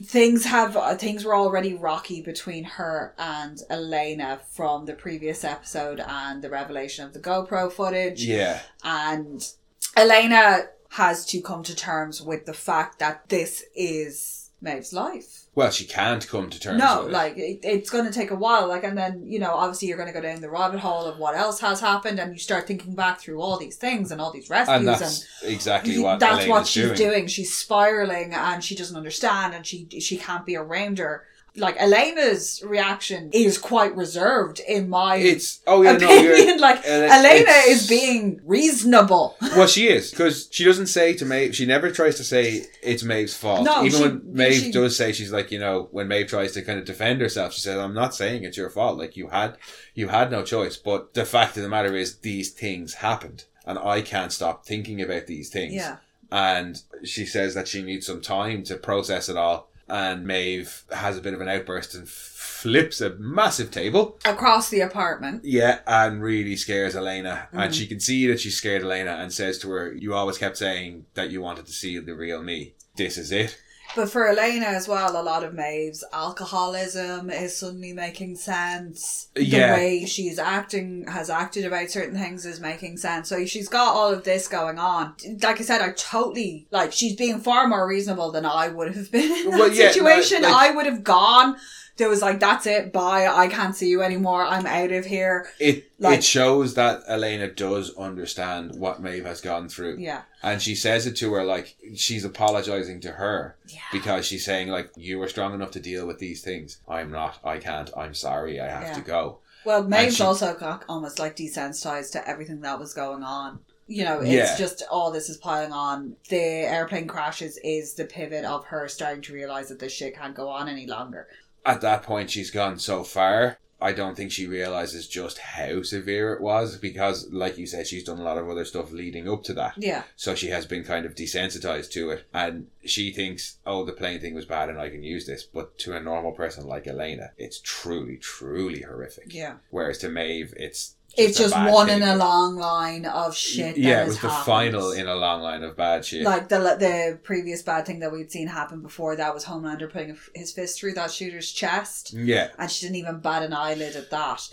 Speaker 2: things have uh, things were already rocky between her and Elena from the previous episode and the revelation of the GoPro footage
Speaker 1: Yeah.
Speaker 2: and Elena has to come to terms with the fact that this is Maeve's life.
Speaker 1: Well, she can't come to terms.
Speaker 2: No,
Speaker 1: with it.
Speaker 2: like it, it's going to take a while. Like, and then you know, obviously, you're going to go down the rabbit hole of what else has happened, and you start thinking back through all these things and all these rescues,
Speaker 1: and
Speaker 2: and
Speaker 1: that's exactly what
Speaker 2: that's
Speaker 1: Elena's
Speaker 2: what she's
Speaker 1: doing.
Speaker 2: doing. She's spiraling, and she doesn't understand, and she she can't be around her. Like Elena's reaction is quite reserved, in my
Speaker 1: It's oh yeah, no, you're,
Speaker 2: opinion. like
Speaker 1: and it's-
Speaker 2: Elena
Speaker 1: it's-
Speaker 2: is being reasonable.
Speaker 1: well, she is because she doesn't say to Maeve. She never tries to say it's Maeve's fault.
Speaker 2: No,
Speaker 1: Even
Speaker 2: she-
Speaker 1: when Maeve
Speaker 2: she-
Speaker 1: does say, she's like, you know, when Maeve tries to kind of defend herself, she says, "I'm not saying it's your fault. Like you had, you had no choice. But the fact of the matter is, these things happened, and I can't stop thinking about these things."
Speaker 2: Yeah,
Speaker 1: and she says that she needs some time to process it all. And Maeve has a bit of an outburst and flips a massive table.
Speaker 2: across the apartment.
Speaker 1: Yeah, and really scares Elena.
Speaker 2: Mhm.
Speaker 1: And she can see that she scared Elena and says to her, You always kept saying that you wanted to see the real me. This is it.
Speaker 2: But for Elena as well, a lot of Maeve's alcoholism is suddenly making sense.
Speaker 1: Yeah.
Speaker 2: The way she's acting, has acted about certain things is making sense. So she's got all of this going on. Like I said, I totally, like, she's being far more reasonable than I would have been in that
Speaker 1: Well, yeah, no,
Speaker 2: situation.
Speaker 1: like-
Speaker 2: I would have gone. There was like, that's it, bye, I can't see you anymore, I'm out of here.
Speaker 1: It
Speaker 2: Like-
Speaker 1: it shows that Elena does understand what Maeve has gone through.
Speaker 2: Yeah.
Speaker 1: And she says it to her like she's apologizing to her because she's saying like you were strong enough to deal with these things. I'm not. I can't. I'm sorry. I have
Speaker 2: Yeah.
Speaker 1: to go.
Speaker 2: Well, Maeve's
Speaker 1: she-
Speaker 2: also got almost like desensitized to everything that was going on. You know, it's
Speaker 1: Yeah.
Speaker 2: just all this is piling on. The airplane crashes is the pivot of her starting to realize that this shit can't go on any longer.
Speaker 1: At that point, she's gone so far. I don't think she realizes just how severe it was because, like you said, she's done a lot of other stuff leading up to that.
Speaker 2: Yeah,
Speaker 1: So she has been kind of desensitized to it. And she thinks, oh, the plane thing was bad and I can use this. But to a normal person like Elena, it's truly, truly horrific.
Speaker 2: yeah.
Speaker 1: Whereas to Maeve, it's.
Speaker 2: It's
Speaker 1: a
Speaker 2: just
Speaker 1: bad
Speaker 2: one
Speaker 1: thing.
Speaker 2: in a long line of shit.
Speaker 1: Yeah,
Speaker 2: that
Speaker 1: it was
Speaker 2: has
Speaker 1: the
Speaker 2: happened.
Speaker 1: final in a long line of bad shit.
Speaker 2: Like the the previous bad thing that we'd seen happen before that was Homelander putting his fist through that shooter's chest,
Speaker 1: yeah.
Speaker 2: and she didn't even bat an eyelid at that.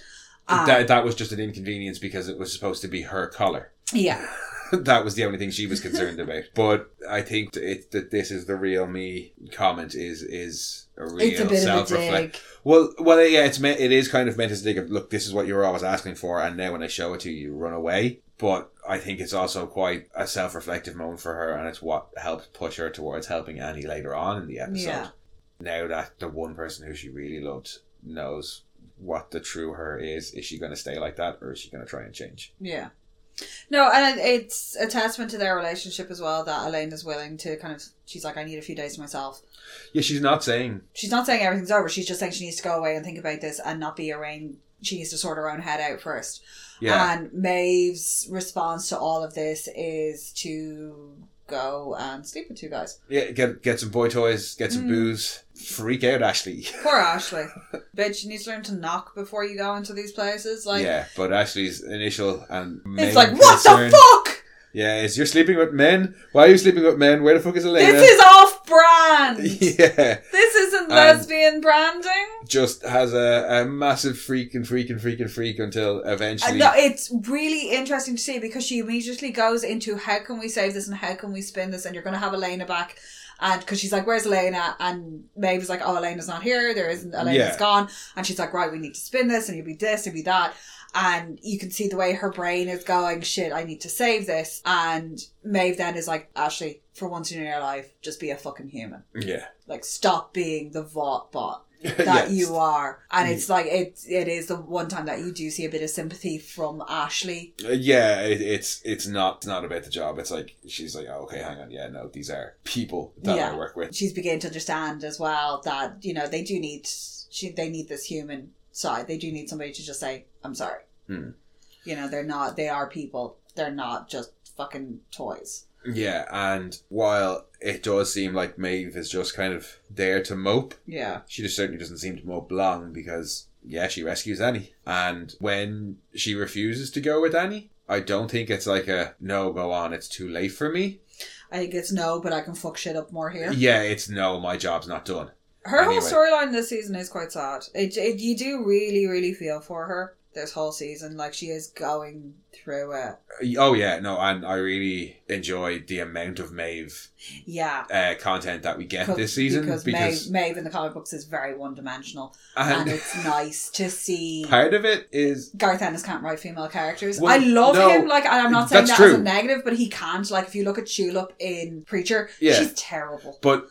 Speaker 2: Um,
Speaker 1: That, that was just an inconvenience because it was supposed to be her color.
Speaker 2: yeah,
Speaker 1: that was the only thing she was concerned about. But I think it, that this is the real me comment is is a real
Speaker 2: it's a bit of a
Speaker 1: self-reflect.
Speaker 2: dig.
Speaker 1: Well, well, yeah, it's meant, it is kind of meant as a dig of look, this is what you were always asking for, and now when I show it to you, you run away. But I think it's also quite a self-reflective moment for her, and it's what helped push her towards helping Annie later on in the episode.
Speaker 2: Yeah.
Speaker 1: Now that the one person who she really loved knows what the true her is, is she going to stay like that, or is she going to try and change?
Speaker 2: Yeah. No, and it- it's a testament to their relationship as well that Elaine is willing to kind of. She's like, I need a few days to myself.
Speaker 1: Yeah, she's not saying.
Speaker 2: She's not saying everything's over. She's just saying she needs to go away and think about this and not be around. She needs to sort her own head out first.
Speaker 1: Yeah,
Speaker 2: And Maeve's response to all of this is to go and sleep with two guys.
Speaker 1: yeah. Get get some boy toys, get some
Speaker 2: Mm.
Speaker 1: booze, freak out, Ashley.
Speaker 2: Poor Ashley. Bitch, you need to learn to knock before you go into these places. Like,
Speaker 1: yeah, but Ashley's initial and main
Speaker 2: it's like, what
Speaker 1: concern-
Speaker 2: the fuck?
Speaker 1: Yeah, is you're sleeping with men? Why are you sleeping with men? Where the fuck is Elena?
Speaker 2: This is off brand.
Speaker 1: yeah,
Speaker 2: this isn't
Speaker 1: And-
Speaker 2: lesbian branding.
Speaker 1: just has a, a massive freak and freak and freak and freak until
Speaker 2: Uh,
Speaker 1: eventually.
Speaker 2: No, it's really interesting to see because she immediately goes into how can we save this and how can we spin this and you're going to have Elena back. And because she's like, where's Elena? And Maeve's like, oh, Elena's not here. There isn't, Elena's
Speaker 1: Yeah.
Speaker 2: gone. And she's like, right, we need to spin this and you'll be this and be that. And you can see the way her brain is going, shit, I need to save this. And Maeve then is like, Ashley, for once in your life, just be a fucking human.
Speaker 1: yeah,
Speaker 2: Like, stop being the vaught bot
Speaker 1: Yeah.
Speaker 2: that you are and
Speaker 1: Mm-hmm.
Speaker 2: it's like it it is the one time that you do see a bit of sympathy from Ashley
Speaker 1: Uh, Yeah, it, it's it's not it's not about the job. It's like she's like, oh, okay, hang on, yeah, no, these are people that
Speaker 2: Yeah.
Speaker 1: I work with.
Speaker 2: she's beginning to understand as well that you know they do need she they need this human side they do need somebody to just say I'm sorry
Speaker 1: Hmm.
Speaker 2: you know they're not they are people they're not just fucking toys
Speaker 1: Yeah, and while it does seem like Maeve is just kind of there to mope,
Speaker 2: yeah
Speaker 1: she just certainly doesn't seem to mope long because, yeah, she rescues Annie. And when she refuses to go with Annie, I don't think it's like a no, go on, it's too late for me.
Speaker 2: I think it's no, but I can fuck shit up more here.
Speaker 1: Yeah, it's no, my job's not done.
Speaker 2: Her
Speaker 1: Anyway.
Speaker 2: whole storyline this season is quite sad. It, it you do really really feel for her this whole season. Like she is going through it.
Speaker 1: Oh yeah, no, and I really enjoyed the amount of Maeve
Speaker 2: Yeah.
Speaker 1: uh, content that we get
Speaker 2: Co-
Speaker 1: this season
Speaker 2: because,
Speaker 1: because,
Speaker 2: Maeve, Maeve in the comic books is very one dimensional, and
Speaker 1: and
Speaker 2: it's nice to see.
Speaker 1: part of it is
Speaker 2: Garth Ennis can't write female characters.
Speaker 1: Well,
Speaker 2: I love
Speaker 1: no,
Speaker 2: him. Like, and I'm not saying
Speaker 1: that's
Speaker 2: that as
Speaker 1: true.
Speaker 2: a negative, but he can't. Like, if you look at Tulip in Preacher,
Speaker 1: Yeah.
Speaker 2: she's terrible.
Speaker 1: but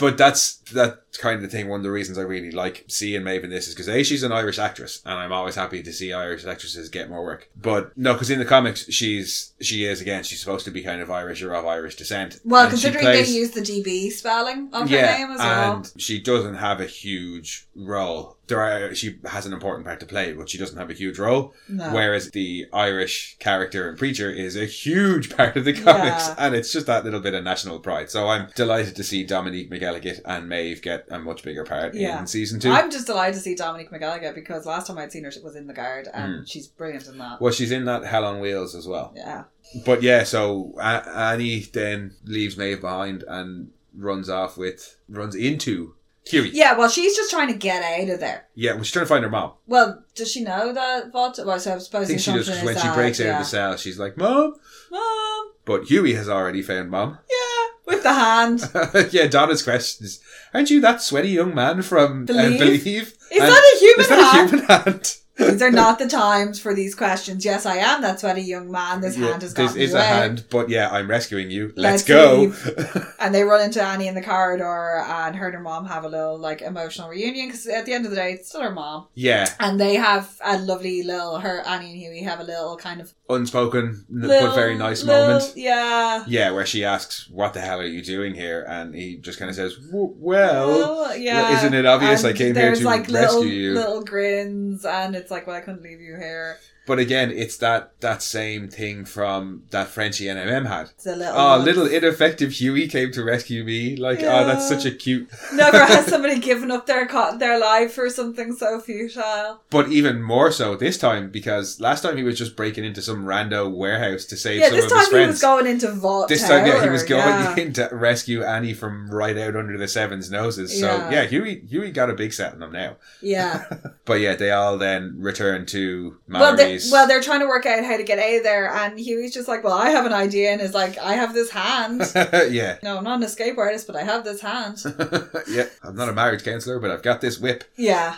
Speaker 1: but that's that kind of thing. One of the reasons I really like seeing Maeve in this is because a she's an Irish actress, and I'm always happy to see Irish actresses get more work. But no, because in the comics she's she is again she's supposed to be kind of Irish or of Irish descent.
Speaker 2: Well,
Speaker 1: and she
Speaker 2: considering
Speaker 1: plays-
Speaker 2: they use the DB spelling of her name as well.
Speaker 1: and she doesn't have a huge role. There are, she has an important part to play, but she doesn't have a huge role.
Speaker 2: No.
Speaker 1: Whereas the Irish character in Preacher is a huge part of the comics,
Speaker 2: Yeah.
Speaker 1: and it's just that little bit of national pride. So I'm delighted to see Dominique McElligott and Maeve get a much bigger part
Speaker 2: Yeah.
Speaker 1: in season 2
Speaker 2: I'm just delighted to see Dominique McGallagher because last time I'd seen her, she was in The Guard, and she's brilliant in that.
Speaker 1: well, she's in that Hell on Wheels as Hmm. well.
Speaker 2: Yeah.
Speaker 1: But yeah, so A- Annie then leaves Maeve behind and runs off with runs into Huey. Yeah,
Speaker 2: Yeah, well, she's just trying to get out of there.
Speaker 1: well, she's trying to find her mom.
Speaker 2: Well, does she know that Vought? Well, so I suppose
Speaker 1: I think she does 'cause when she
Speaker 2: uh,
Speaker 1: breaks out of the cell, she's like, "Mom."
Speaker 2: Mom,
Speaker 1: But Huey has already found Mom.
Speaker 2: Um, with the hand.
Speaker 1: yeah, Donna's questions. Aren't you that sweaty young man from Believe?
Speaker 2: Believe?
Speaker 1: Uh, Believe?
Speaker 2: Is
Speaker 1: And-
Speaker 2: that a human
Speaker 1: Is that
Speaker 2: hand?
Speaker 1: a human hand?
Speaker 2: These are not the times for these questions. Yes, I am that sweaty young man. This
Speaker 1: Yeah,
Speaker 2: hand has
Speaker 1: this
Speaker 2: gotten
Speaker 1: is
Speaker 2: you
Speaker 1: a
Speaker 2: out.
Speaker 1: hand, but yeah, I'm rescuing you. Let's,
Speaker 2: Let's
Speaker 1: go.
Speaker 2: And they run into Annie in the corridor, and her and her mom have a little like emotional reunion because at the end of the day, it's still her mom.
Speaker 1: yeah,
Speaker 2: And they have a lovely little her Annie and Huey have a little kind of
Speaker 1: unspoken n-
Speaker 2: little,
Speaker 1: but very nice
Speaker 2: little-
Speaker 1: moment.
Speaker 2: Yeah.
Speaker 1: Yeah, where she asks, "What the hell are you doing here?" and he just kind of says, "W- "Well."
Speaker 2: Well, yeah.
Speaker 1: isn't it obvious
Speaker 2: And
Speaker 1: I came here
Speaker 2: there's
Speaker 1: to
Speaker 2: like
Speaker 1: rescue
Speaker 2: little,
Speaker 1: you?
Speaker 2: Little grins, and it's like, well, I couldn't leave you here.
Speaker 1: But again, it's that that same thing from that Frenchie NMM had.
Speaker 2: It's a little.
Speaker 1: Oh, little ineffective Huey came to rescue me. Like, oh, that's
Speaker 2: Yeah.
Speaker 1: such a cute.
Speaker 2: Never has somebody given up their co- their life for something so futile.
Speaker 1: But even more so this time because last time he was just breaking into some rando warehouse to save
Speaker 2: yeah,
Speaker 1: some
Speaker 2: this
Speaker 1: of his
Speaker 2: time he
Speaker 1: friends.
Speaker 2: was going into vault.
Speaker 1: this time, yeah, he
Speaker 2: Tower,
Speaker 1: was going
Speaker 2: yeah.
Speaker 1: in to rescue Annie from right out under the Seven's noses. So
Speaker 2: Yeah.
Speaker 1: yeah, Huey Huey got a big set on them now.
Speaker 2: Yeah.
Speaker 1: But yeah, they all then return to
Speaker 2: well, they,
Speaker 1: Mallory's.
Speaker 2: well, they're trying to work out how to get out of there, and Huey's just like, "Well, I have an idea," and is like, "I have this hand.
Speaker 1: yeah,
Speaker 2: no, I'm not an escape artist, but I have this hand."
Speaker 1: yeah. I'm not a marriage counselor, but I've got this whip.
Speaker 2: Yeah.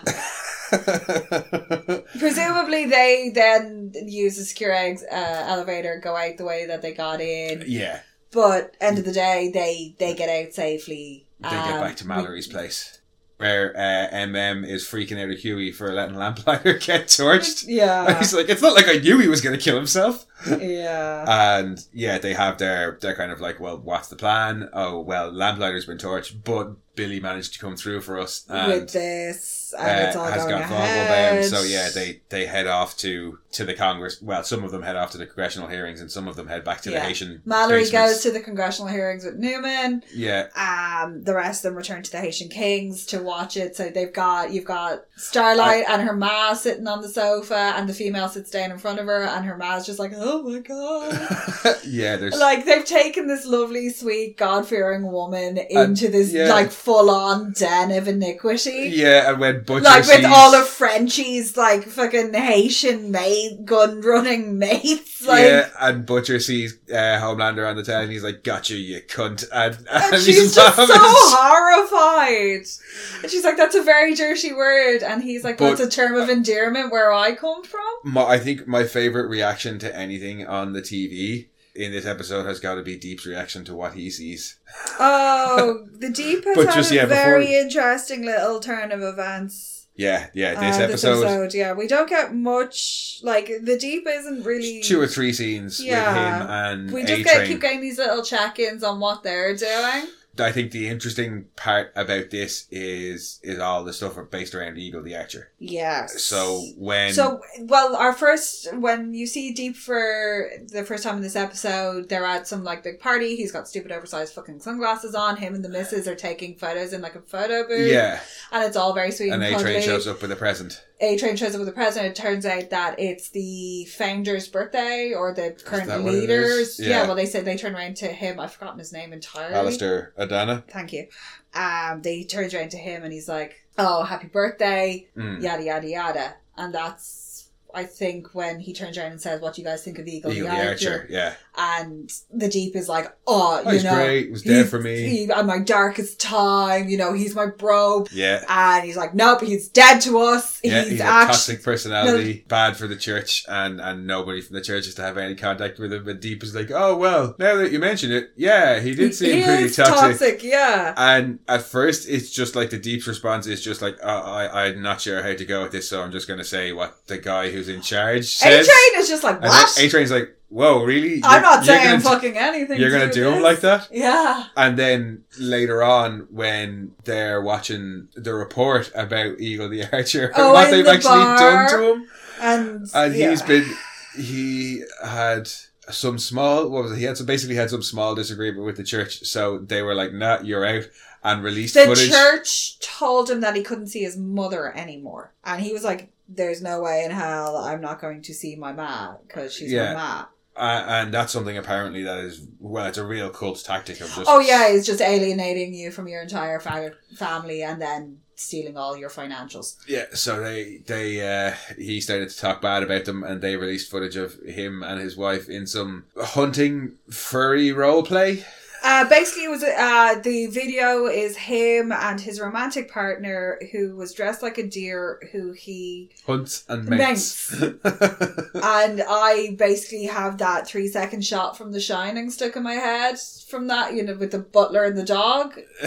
Speaker 2: Presumably, they then use the secure ex- uh, elevator, go out the way that they got in,
Speaker 1: yeah,
Speaker 2: but end of the day, they they get out safely.
Speaker 1: they get
Speaker 2: Um,
Speaker 1: back to Mallory's place. Where uh, MM is freaking out at Huey for letting Lamplighter get torched.
Speaker 2: Yeah.
Speaker 1: He's like, it's not like I knew he was going to kill himself.
Speaker 2: yeah.
Speaker 1: And yeah, they have their they're kind of like, well, what's the plan? Oh, well, Lamplighter's been torched, but Billy managed to come through for us and
Speaker 2: with this,
Speaker 1: uh,
Speaker 2: and it's all
Speaker 1: has
Speaker 2: going
Speaker 1: got vulnerable
Speaker 2: ahead.
Speaker 1: bound. So yeah, they they head off to to the Congress. Well, some of them head off to the congressional hearings, and some of them head back to the
Speaker 2: Yeah.
Speaker 1: Haitian.
Speaker 2: Mallory goes
Speaker 1: basements.
Speaker 2: to the congressional hearings with Newman.
Speaker 1: Yeah,
Speaker 2: Um, the rest of them return to the Haitian Kings to watch it. So they've got you've got Starlight and her ma sitting on the sofa, and the female sits down in front of her, and her ma's just like, "Oh my god."
Speaker 1: yeah. There's
Speaker 2: Like they've taken this lovely, sweet, God fearing woman
Speaker 1: And-
Speaker 2: into this
Speaker 1: yeah.
Speaker 2: like full on den of iniquity.
Speaker 1: yeah, and when Butcher
Speaker 2: Like with
Speaker 1: sees-
Speaker 2: all of Frenchie's like fucking Haitian mate gun running mates. Like
Speaker 1: yeah, and Butcher sees uh, Homelander on the town, and he's like, "Gotcha, you cunt!" And,
Speaker 2: And
Speaker 1: and
Speaker 2: she's just so
Speaker 1: laughing.
Speaker 2: horrified. And she's like, that's a very dirty word. And he's like,
Speaker 1: But-
Speaker 2: that's a term of endearment where I come from.
Speaker 1: my, I think my favorite reaction to anything on the TV in this episode has got to be Deep's reaction to what he sees.
Speaker 2: Oh, the Deep has
Speaker 1: But
Speaker 2: had
Speaker 1: just,
Speaker 2: a
Speaker 1: yeah, before-
Speaker 2: very interesting little turn of events.
Speaker 1: Yeah, yeah.
Speaker 2: uh,
Speaker 1: This episode,
Speaker 2: yeah. We don't get much, like, the Deep isn't really.
Speaker 1: two or three scenes
Speaker 2: Yeah.
Speaker 1: with him and
Speaker 2: we
Speaker 1: A
Speaker 2: just get,
Speaker 1: Train.
Speaker 2: keep getting these little check ins on what they're doing.
Speaker 1: I think the interesting part about this is is all the stuff based around Eagle the Archer.
Speaker 2: Yes.
Speaker 1: So when
Speaker 2: so well our first when you see deep for the first time in this episode they're at some like big party he's got stupid oversized fucking sunglasses on him and the missus are taking photos in like a photo booth
Speaker 1: yeah,
Speaker 2: and it's all very sweet
Speaker 1: and
Speaker 2: and,
Speaker 1: A
Speaker 2: cuddly
Speaker 1: Train shows up with a present.
Speaker 2: A Train shows up with a present. It turns out that it's the founder's birthday or the
Speaker 1: that
Speaker 2: current
Speaker 1: what it
Speaker 2: leaders.
Speaker 1: is?
Speaker 2: Yeah.
Speaker 1: Yeah.
Speaker 2: well, they said they turn around to him. I've forgotten his name entirely.
Speaker 1: Alistair Adana.
Speaker 2: Thank you. Um, they turns around to him and he's like, "Oh, happy birthday!"
Speaker 1: Mm.
Speaker 2: Yada yada yada. And that's, I think, when he turns around and says, "What do you guys think of Eagle,
Speaker 1: Eagle the Archer. Yeah.
Speaker 2: And the Jeep is like, "Oh,
Speaker 1: Oh,
Speaker 2: you
Speaker 1: he's
Speaker 2: know,
Speaker 1: great. He was there
Speaker 2: he's-
Speaker 1: for me.
Speaker 2: He, at my darkest time, you know, he's my bro."
Speaker 1: Yeah.
Speaker 2: And he's like, "Nope, he's dead to us.
Speaker 1: Yeah,
Speaker 2: he's,
Speaker 1: he's, a
Speaker 2: actually."
Speaker 1: toxic personality, bad for the church, and, and nobody from the church is to have any contact with him. But Deep is like, oh, well, now that you mention it, yeah, he did seem
Speaker 2: he
Speaker 1: pretty
Speaker 2: is
Speaker 1: toxic.
Speaker 2: yeah.
Speaker 1: And at first, it's just like the Deep's response is just like, oh, I, I'm not sure how to go with this, so I'm just going to say what the guy who's in charge
Speaker 2: A
Speaker 1: says.
Speaker 2: Train is just like,
Speaker 1: And then
Speaker 2: "What?
Speaker 1: A-Train's like, whoa, really?
Speaker 2: I'm not
Speaker 1: You're-
Speaker 2: saying
Speaker 1: you're gonna,
Speaker 2: fucking anything."
Speaker 1: You're going to do him
Speaker 2: this."
Speaker 1: like that?
Speaker 2: Yeah.
Speaker 1: And then later on, when they're watching the report about Eagle the Archer and
Speaker 2: Oh,
Speaker 1: what
Speaker 2: in
Speaker 1: they've
Speaker 2: the
Speaker 1: actually done
Speaker 2: bar.
Speaker 1: to him,
Speaker 2: And,
Speaker 1: and
Speaker 2: yeah.
Speaker 1: he's been he had some small what was it? he had some basically had some small disagreement with the church, so they were like, "Nah, you're out," and released
Speaker 2: The
Speaker 1: footage.
Speaker 2: church told him that he couldn't see his mother anymore, and he was like, "There's no way in hell I'm not going to see my ma because she's
Speaker 1: Yeah.
Speaker 2: my ma."
Speaker 1: Uh, and that's something apparently that is well, it's a real cult tactic of just
Speaker 2: Oh yeah, it's just alienating you from your entire fa- family and then stealing all your financials.
Speaker 1: Yeah, so they they uh, he started to talk bad about them, and they released footage of him and his wife in some hunting furry role play.
Speaker 2: Uh, basically, it was uh, the video is him and his romantic partner who was dressed like a deer, who he
Speaker 1: Hunts and mates.
Speaker 2: and I basically have that three second shot from The Shining stuck in my head from that, you know, with the butler and the dog.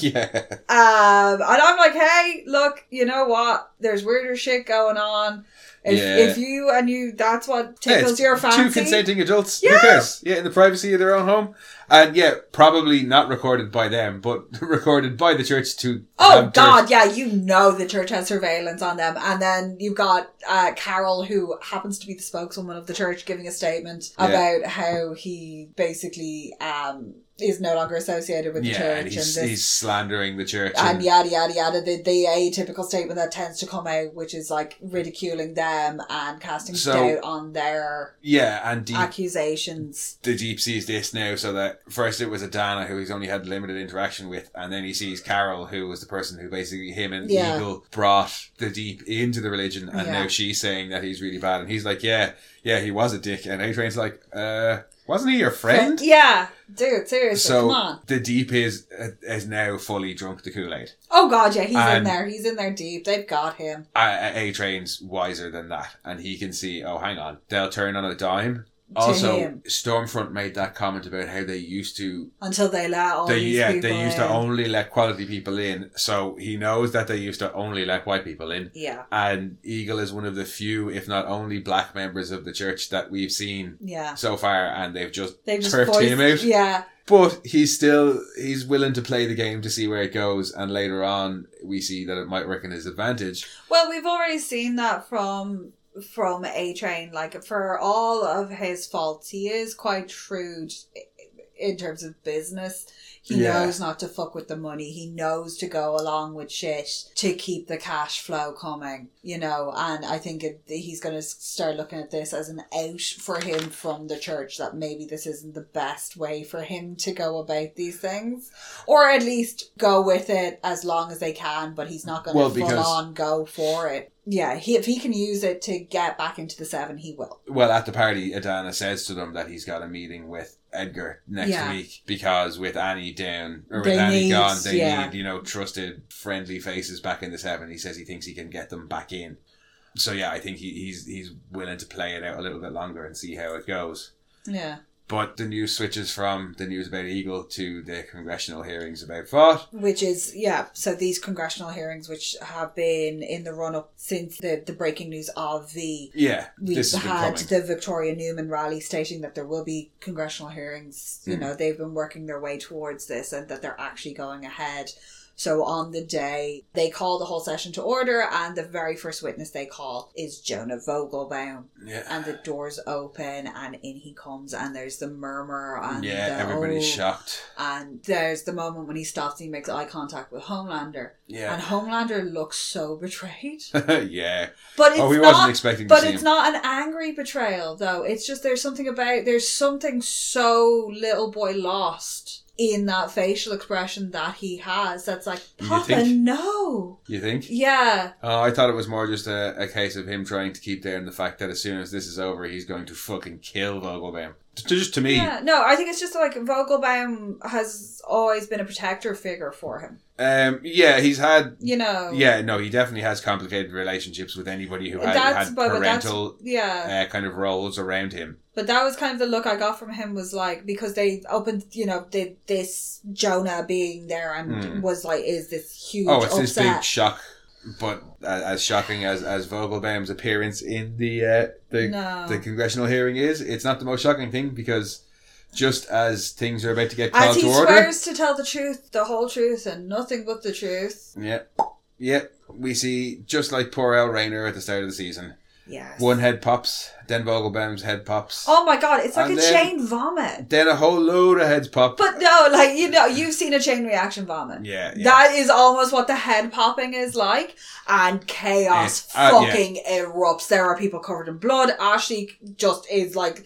Speaker 1: yeah.
Speaker 2: Um, and I'm like, hey, look, you know what? There's weirder shit going on. If,
Speaker 1: Yeah.
Speaker 2: if you and you, that's what
Speaker 1: Yeah,
Speaker 2: tickles
Speaker 1: it's
Speaker 2: your fancy.
Speaker 1: Two consenting adults. Who cares? Yeah, in the privacy of their own home. And yeah, probably not recorded by them, but recorded by the church to have
Speaker 2: Oh
Speaker 1: church-
Speaker 2: God, yeah, you know the church has surveillance on them, and then you've got uh, Carol, who happens to be the spokeswoman of the church, giving a statement
Speaker 1: Yeah.
Speaker 2: about how he basically um, is no longer associated with the
Speaker 1: Yeah,
Speaker 2: church,
Speaker 1: and he's,
Speaker 2: and this
Speaker 1: he's slandering the church.
Speaker 2: and yada yada yada the, the atypical statement that tends to come out which is like ridiculing them and casting
Speaker 1: So-
Speaker 2: doubt on their
Speaker 1: yeah, and deep,
Speaker 2: accusations
Speaker 1: the deep sees this now, so that first it was Adana who he's only had limited interaction with, and then he sees Carol, who was the person who basically him and
Speaker 2: Yeah.
Speaker 1: Eagle brought the deep into the religion, and
Speaker 2: Yeah.
Speaker 1: now she's saying that he's really bad, and he's like, yeah, yeah, he was a dick, and Adrian's like, uh, wasn't he your friend?
Speaker 2: yeah dude seriously
Speaker 1: so
Speaker 2: come on
Speaker 1: the deep is is now fully drunk the Kool Aid.
Speaker 2: oh god yeah he's in
Speaker 1: and-
Speaker 2: there he's in there deep they've got him
Speaker 1: A Train's wiser than that, and he can see. Oh, hang on, they'll turn on a dime.
Speaker 2: To
Speaker 1: also,
Speaker 2: him.
Speaker 1: Stormfront made that comment about how they used to.
Speaker 2: until they let all
Speaker 1: They
Speaker 2: these
Speaker 1: yeah,
Speaker 2: people
Speaker 1: they used
Speaker 2: in.
Speaker 1: to only let quality people in. So he knows that they used to only let white people in.
Speaker 2: yeah
Speaker 1: And Eagle is one of the few, if not only, black members of the church that we've seen
Speaker 2: yeah
Speaker 1: so far, and they've just
Speaker 2: they've just
Speaker 1: Turfed
Speaker 2: voiced,
Speaker 1: him out.
Speaker 2: yeah
Speaker 1: But he's still he's willing to play the game to see where it goes, and later on we see that it might work in his advantage.
Speaker 2: well we've already seen that from from a train like for all of his faults he is quite shrewd in terms of business He
Speaker 1: Yeah.
Speaker 2: knows not to fuck with the money. He knows to go along with shit to keep the cash flow coming, you know. And I think it, he's going to start looking at this as an out for him from the church that maybe this isn't the best way for him to go about these things, or at least go with it as long as they can. But he's not going to
Speaker 1: Well,
Speaker 2: full
Speaker 1: because-
Speaker 2: on go for it. Yeah, he, if he can use it to get back into the seven, he will.
Speaker 1: Well, at the party, Adana says to them that he's got a meeting with Edgar next
Speaker 2: Yeah.
Speaker 1: week because with Annie down or with
Speaker 2: They
Speaker 1: Annie
Speaker 2: need-
Speaker 1: gone, they
Speaker 2: yeah.
Speaker 1: need you know trusted, friendly faces back in the seven. He says he thinks he can get them back in. So yeah, I think he, he's he's willing to play it out a little bit longer and see how it goes.
Speaker 2: Yeah.
Speaker 1: But the news switches from the news about Eagle to the congressional hearings about Fought.
Speaker 2: which is yeah so these congressional hearings which have been in the run-up since the, the breaking news of the
Speaker 1: Yeah,
Speaker 2: we've
Speaker 1: this has been
Speaker 2: had
Speaker 1: coming.
Speaker 2: the victoria newman rally stating that there will be congressional hearings you
Speaker 1: Mm.
Speaker 2: know they've been working their way towards this and that they're actually going ahead So on the day they call the whole session to order, and the very first witness they call is Jonah Vogelbaum,
Speaker 1: Yeah.
Speaker 2: and the doors open, and in he comes, and there's the murmur, and
Speaker 1: yeah,
Speaker 2: the,
Speaker 1: everybody's
Speaker 2: "Oh,"
Speaker 1: shocked.
Speaker 2: And there's the moment when he stops and he makes eye contact with Homelander, and
Speaker 1: Yeah.
Speaker 2: Homelander looks so betrayed.
Speaker 1: yeah.
Speaker 2: But it's
Speaker 1: oh, we
Speaker 2: not
Speaker 1: wasn't expecting to
Speaker 2: but
Speaker 1: see
Speaker 2: it's
Speaker 1: him.
Speaker 2: not an angry betrayal, though. It's just there's something about there's something so little boy lost in that facial expression that he has. That's like
Speaker 1: You
Speaker 2: Papa,
Speaker 1: think?
Speaker 2: no,
Speaker 1: you think?
Speaker 2: yeah,
Speaker 1: Oh, I thought it was more just a, a case of him trying to keep there and the fact that as soon as this is over, he's going to fucking kill Vogelbaum. Just, just to me.
Speaker 2: yeah. No, I think it's just like Vogelbaum has always been a protector figure for him.
Speaker 1: Um, yeah, he's had.
Speaker 2: You know,
Speaker 1: Yeah, no, he definitely has complicated relationships with anybody who had,
Speaker 2: That's-
Speaker 1: had
Speaker 2: but- but that's-
Speaker 1: parental
Speaker 2: yeah.
Speaker 1: uh, kind of roles around him.
Speaker 2: But that was kind of the look I got from him was like because they opened, you know, did this Jonah being there and
Speaker 1: Hmm.
Speaker 2: was like, is this huge
Speaker 1: Oh, it's
Speaker 2: upset?
Speaker 1: this big shock. But a- as shocking as, as Vogelbaum's appearance in the uh, the
Speaker 2: no.
Speaker 1: the congressional hearing is, it's not the most shocking thing because just as things are about to get
Speaker 2: As
Speaker 1: called
Speaker 2: he
Speaker 1: to order,
Speaker 2: swears to tell the truth, the whole truth, and nothing but the truth.
Speaker 1: yeah, yeah, we see just like poor Al Rayner at the start of the season,
Speaker 2: Yes.
Speaker 1: one head pops, then Vogelbaum's head pops,
Speaker 2: Oh my god, it's like
Speaker 1: And
Speaker 2: a
Speaker 1: then-
Speaker 2: chain vomit.
Speaker 1: then a whole load of heads pop.
Speaker 2: But no, like you know, you've seen a chain reaction vomit.
Speaker 1: yeah, yeah.
Speaker 2: That is almost what the head popping is like, and chaos
Speaker 1: Yes, uh, yeah.
Speaker 2: fucking erupts. There are people covered in blood. Ashley just is like,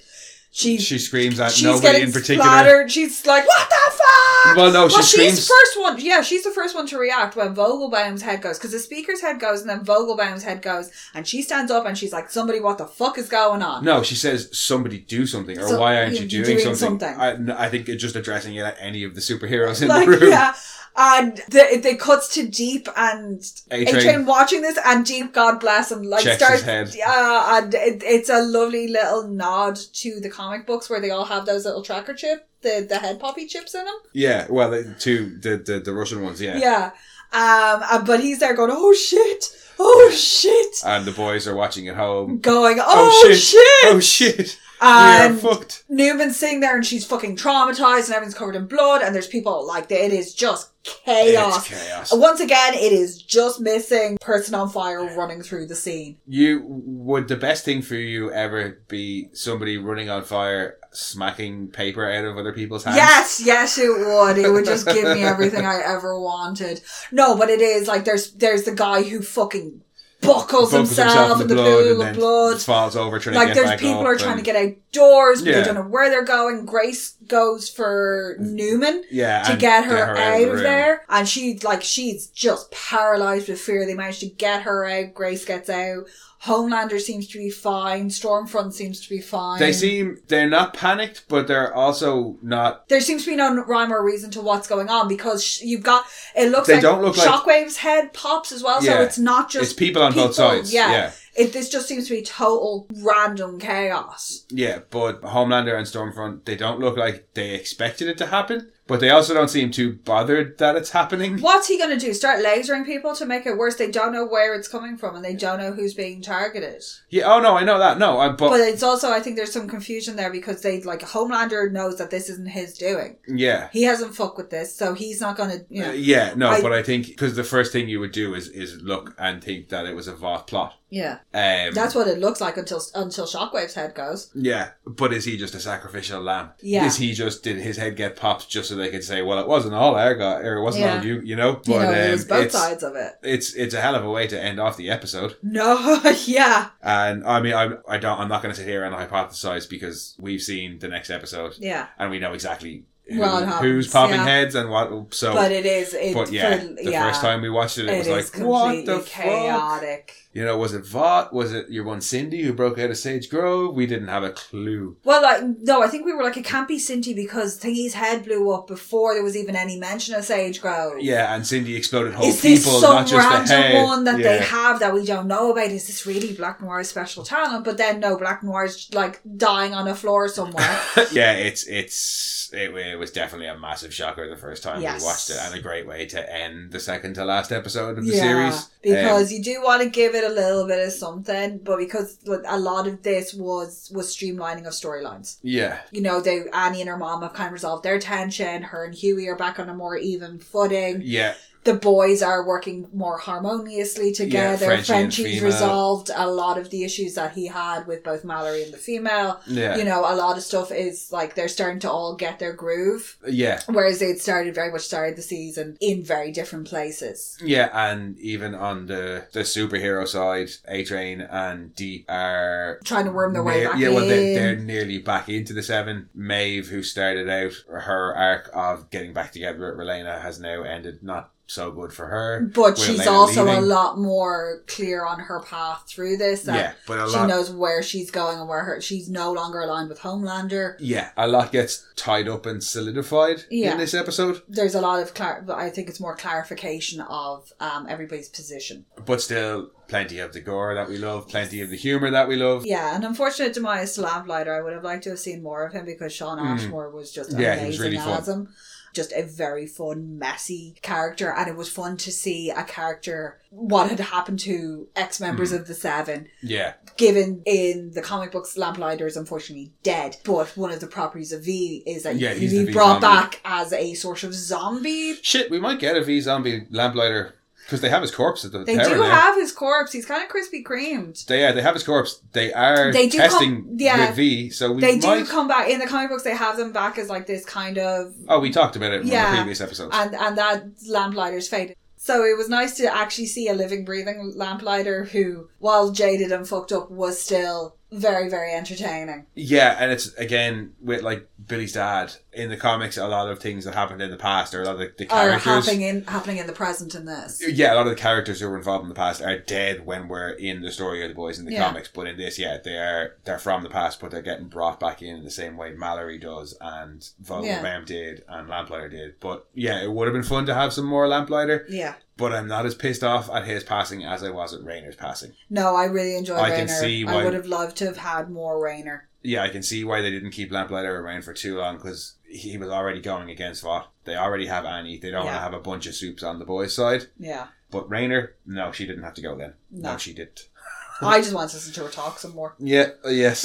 Speaker 2: she,
Speaker 1: she screams at
Speaker 2: she's
Speaker 1: nobody
Speaker 2: getting
Speaker 1: in particular.
Speaker 2: splattered. She's like, what the fuck?
Speaker 1: Well, no, Oh, she
Speaker 2: well, she's
Speaker 1: screams.
Speaker 2: the first one. Yeah, she's the first one to react when Vogelbaum's head goes because the speaker's head goes and then Vogelbaum's head goes, and she stands up and she's like, "Somebody, what the fuck is going on?"
Speaker 1: No, she says somebody do something, or
Speaker 2: So-
Speaker 1: why aren't you
Speaker 2: you're
Speaker 1: doing,
Speaker 2: doing
Speaker 1: something?
Speaker 2: something.
Speaker 1: I, no, I think it's just addressing it at any of the superheroes in
Speaker 2: like,
Speaker 1: the room.
Speaker 2: yeah. And the, they cuts to Deep and
Speaker 1: A
Speaker 2: A Train watching this, and Deep, God bless him, like
Speaker 1: Checks
Speaker 2: starts.
Speaker 1: his head.
Speaker 2: Yeah, and it, it's a lovely little nod to the comic books where they all have those little tracker chip, the the head poppy chips in them.
Speaker 1: Yeah, well, the two the the, the Russian ones, yeah.
Speaker 2: Yeah. Um, uh, but he's there going, oh shit, oh shit,
Speaker 1: And the boys are watching at home.
Speaker 2: going, oh,
Speaker 1: Oh, shit.
Speaker 2: shit.
Speaker 1: Oh shit!
Speaker 2: And
Speaker 1: we are fucked.
Speaker 2: Um, Newman's sitting there and she's fucking traumatized and everything's covered in blood and there's people like, it is just
Speaker 1: It's
Speaker 2: chaos.
Speaker 1: chaos.
Speaker 2: Once again, it is just missing person on fire running through the scene.
Speaker 1: You would the best thing for you ever be somebody running on fire, smacking paper out of other people's hands?
Speaker 2: Yes, yes, it would. It would just give me everything I ever wanted. No, but it is like there's there's the guy who fucking buckles,
Speaker 1: Bumpers
Speaker 2: himself, in the, pool
Speaker 1: then
Speaker 2: of blood.
Speaker 1: falls over trying to
Speaker 2: like
Speaker 1: get
Speaker 2: there's
Speaker 1: back
Speaker 2: people
Speaker 1: up
Speaker 2: are trying to
Speaker 1: and-
Speaker 2: get outdoors but
Speaker 1: Yeah.
Speaker 2: they don't know where they're going grace goes for newman
Speaker 1: yeah
Speaker 2: to
Speaker 1: and
Speaker 2: get her, out,
Speaker 1: the
Speaker 2: of
Speaker 1: room.
Speaker 2: there and she's like she's just paralyzed with fear they manage to get her out grace gets out homelander seems to be fine stormfront seems to be fine
Speaker 1: They seem they're not panicked, but they're also not.
Speaker 2: there seems to be no rhyme or reason to what's going on because sh- you've got it looks
Speaker 1: They
Speaker 2: like
Speaker 1: don't look like-
Speaker 2: shockwave's head pops as well
Speaker 1: Yeah.
Speaker 2: so it's not just
Speaker 1: it's people on both
Speaker 2: people,
Speaker 1: sides.
Speaker 2: yeah.
Speaker 1: yeah,
Speaker 2: it, this just seems to be total random chaos
Speaker 1: Yeah, But Homelander and Stormfront, they don't look like they expected it to happen, but they also don't seem too bothered that it's happening.
Speaker 2: What's he going to do? Start lasering people to make it worse? They don't know where it's coming from and they don't know who's being targeted.
Speaker 1: Yeah. Oh no, I know that. No, I, but,
Speaker 2: But it's also, I think there's some confusion there because they, like, Homelander knows that this isn't his doing.
Speaker 1: yeah.
Speaker 2: He hasn't fucked with this, so he's not going to, you
Speaker 1: Uh,
Speaker 2: know.
Speaker 1: yeah, no,
Speaker 2: I-
Speaker 1: but I think because the first thing you would do is is look and think that it was a Vought plot.
Speaker 2: Yeah.
Speaker 1: Um,
Speaker 2: That's what it looks like until until Shockwave's head goes.
Speaker 1: Yeah, but is he just a sacrificial lamb?
Speaker 2: Yeah.
Speaker 1: Is he just did his head get popped just so they could say, well, it wasn't all our guy, or it wasn't
Speaker 2: Yeah.
Speaker 1: all you, you know? But um,
Speaker 2: you know, it was both
Speaker 1: it's,
Speaker 2: sides of it.
Speaker 1: it's it's a hell of a way to end off the episode.
Speaker 2: No, yeah.
Speaker 1: And I mean, I'm I don't I'm not going to sit here and hypothesize because we've seen the next episode
Speaker 2: Yeah.
Speaker 1: and we know exactly who,
Speaker 2: Well, it
Speaker 1: who's
Speaker 2: happens,
Speaker 1: popping
Speaker 2: yeah.
Speaker 1: heads and what. So,
Speaker 2: but
Speaker 1: but,
Speaker 2: it is, it,
Speaker 1: yeah,
Speaker 2: for-
Speaker 1: the
Speaker 2: yeah,
Speaker 1: first time we watched it, it,
Speaker 2: it
Speaker 1: was
Speaker 2: is
Speaker 1: like what
Speaker 2: completely
Speaker 1: the fuck?
Speaker 2: chaotic.
Speaker 1: You know, was it Vought? Was it your one Cindy who broke out of Sage Grove? We didn't have a clue.
Speaker 2: Well, like no, I think we were like it can't be Cinti because Thingy's head blew up before there was even any mention of Sage Grove.
Speaker 1: Yeah, and Cindy exploded whole
Speaker 2: Is this
Speaker 1: people,
Speaker 2: some
Speaker 1: not just the
Speaker 2: random
Speaker 1: head.
Speaker 2: one that
Speaker 1: yeah.
Speaker 2: they have that we don't know about? Is this really Black Noir's special talent? But then no, Black Noir's like dying on a floor somewhere.
Speaker 1: yeah, it's it's it, wa- it was definitely a massive shocker the first time
Speaker 2: Yes.
Speaker 1: we watched it, and a great way to end the second to last episode of the
Speaker 2: yeah,
Speaker 1: series. Um,
Speaker 2: because you do want to give it a little bit of something, but because like, a lot of this was was streamlining of storylines.
Speaker 1: yeah,
Speaker 2: You know, they Annie and her mom have kind of resolved their tension. Her and Huey are back on a more even footing.
Speaker 1: yeah,
Speaker 2: the boys are working more harmoniously
Speaker 1: Yeah,
Speaker 2: together.
Speaker 1: Frenchie and
Speaker 2: Frenchie's
Speaker 1: female.
Speaker 2: resolved a lot of the issues that he had with both Mallory and the female.
Speaker 1: Yeah.
Speaker 2: You know, a lot of stuff is like they're starting to all get their groove,
Speaker 1: yeah.
Speaker 2: whereas they'd started very much started the season in very different places.
Speaker 1: Yeah, and even on the the superhero side, A Train and D are
Speaker 2: Trying to worm their way
Speaker 1: near-
Speaker 2: back
Speaker 1: yeah, well, they're,
Speaker 2: in.
Speaker 1: they're nearly back into the seven. Maeve, who started out her arc of getting back together with Relena, has now ended not so good for her.
Speaker 2: but
Speaker 1: We're
Speaker 2: she's
Speaker 1: later
Speaker 2: also a
Speaker 1: leaving.
Speaker 2: lot more clear on her path through this. That
Speaker 1: yeah, but a
Speaker 2: she
Speaker 1: lot.
Speaker 2: knows where she's going and where her she's no longer aligned with Homelander.
Speaker 1: yeah, a lot gets tied up and solidified
Speaker 2: Yeah.
Speaker 1: in this episode,
Speaker 2: There's a lot of clar- I think it's more clarification of um, everybody's position.
Speaker 1: but still plenty of the gore that we love, plenty of the humor that we love.
Speaker 2: Yeah, an unfortunate demise to Lamplighter. I would have liked to have seen more of him because Sean
Speaker 1: Mm.
Speaker 2: Ashmore was just
Speaker 1: Yeah, he was
Speaker 2: amazing
Speaker 1: really fun.
Speaker 2: as him. Just a very fun, messy character, and it was fun to see a character what had happened to ex members
Speaker 1: Hmm.
Speaker 2: of the Seven
Speaker 1: Yeah,
Speaker 2: given in the comic books, Lamplighter is unfortunately dead. But one of the properties of V is that
Speaker 1: Yeah,
Speaker 2: he
Speaker 1: he's the
Speaker 2: be
Speaker 1: V
Speaker 2: brought
Speaker 1: zombie.
Speaker 2: back as a sort of zombie.
Speaker 1: shit, we might get a V zombie lamplighter because they have his corpse at the
Speaker 2: They
Speaker 1: tower
Speaker 2: do
Speaker 1: now.
Speaker 2: have his corpse. He's kind of crispy creamed.
Speaker 1: They yeah, they have his corpse. They are
Speaker 2: They do
Speaker 1: testing
Speaker 2: come- yeah.
Speaker 1: with V, so we
Speaker 2: They
Speaker 1: might.
Speaker 2: do come back in the comic books. They have them back as like this kind of
Speaker 1: oh, we talked about it in one
Speaker 2: Yeah.
Speaker 1: of the previous episodes.
Speaker 2: and and that lamplighter's faded. So it was nice to actually see a living, breathing lamplighter who, while jaded and fucked up, was still very, very entertaining.
Speaker 1: yeah, and it's again with like Billy's dad in the comics. A lot of things that happened in the past, or a lot of the, the
Speaker 2: Are
Speaker 1: characters.
Speaker 2: Oh, happening in happening in the present in this.
Speaker 1: yeah, a lot of the characters who were involved in the past are dead when we're in the story of the boys in the
Speaker 2: Yeah.
Speaker 1: comics. But in this, yeah, they are they're from the past, but they're getting brought back in in the same way Mallory does and Von
Speaker 2: Yeah.
Speaker 1: Mem did and Lamplighter did. But yeah, it would have been fun to have some more Lamplighter.
Speaker 2: Yeah.
Speaker 1: But I'm not as pissed off at his passing as I was at Rayner's passing.
Speaker 2: No, I really enjoyed
Speaker 1: I
Speaker 2: Rainer.
Speaker 1: can see
Speaker 2: I
Speaker 1: why-
Speaker 2: would have loved to have had more Rainer.
Speaker 1: yeah, I can see why they didn't keep Lamplighter around for too long because he was already going against Vought. They already have Annie. They don't want
Speaker 2: Yeah.
Speaker 1: to have a bunch of soups on the boys' side.
Speaker 2: Yeah.
Speaker 1: But Rainer, no, she didn't have to go then. No,
Speaker 2: No.
Speaker 1: she didn't.
Speaker 2: I just want to listen to her talk some more.
Speaker 1: Yeah, uh, yes.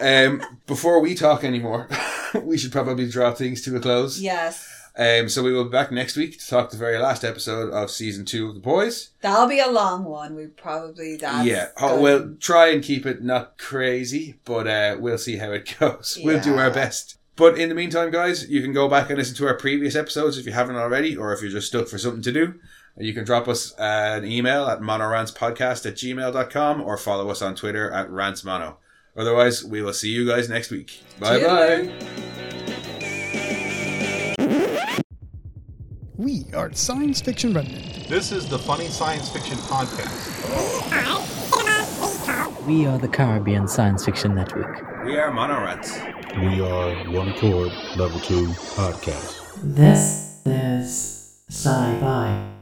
Speaker 1: um, before we talk anymore, we should probably draw things to a close.
Speaker 2: Yes.
Speaker 1: Um, so we will be back next week to talk the very last episode of season two of The Boys.
Speaker 2: That'll be a long one. We probably that's
Speaker 1: yeah, oh,
Speaker 2: good.
Speaker 1: we'll try and keep it not crazy, but uh, we'll see how it goes. We'll do our
Speaker 2: Yeah.
Speaker 1: best. But in the meantime, guys, you can go back and listen to our previous episodes if you haven't already, or if you're just stuck for something to do. You can drop us an email at monorantspodcast at gmail.com or follow us on Twitter at rantsmono. Otherwise, we will see you guys next week. Bye bye.
Speaker 2: Toodaloo.
Speaker 4: We are Science Fiction Remnant.
Speaker 5: This is the Funny Science Fiction Podcast.
Speaker 6: We are the Caribbean Science Fiction Network.
Speaker 1: We are Monorants.
Speaker 5: We are One Chord Level 2 Podcast.
Speaker 7: This is sci fi.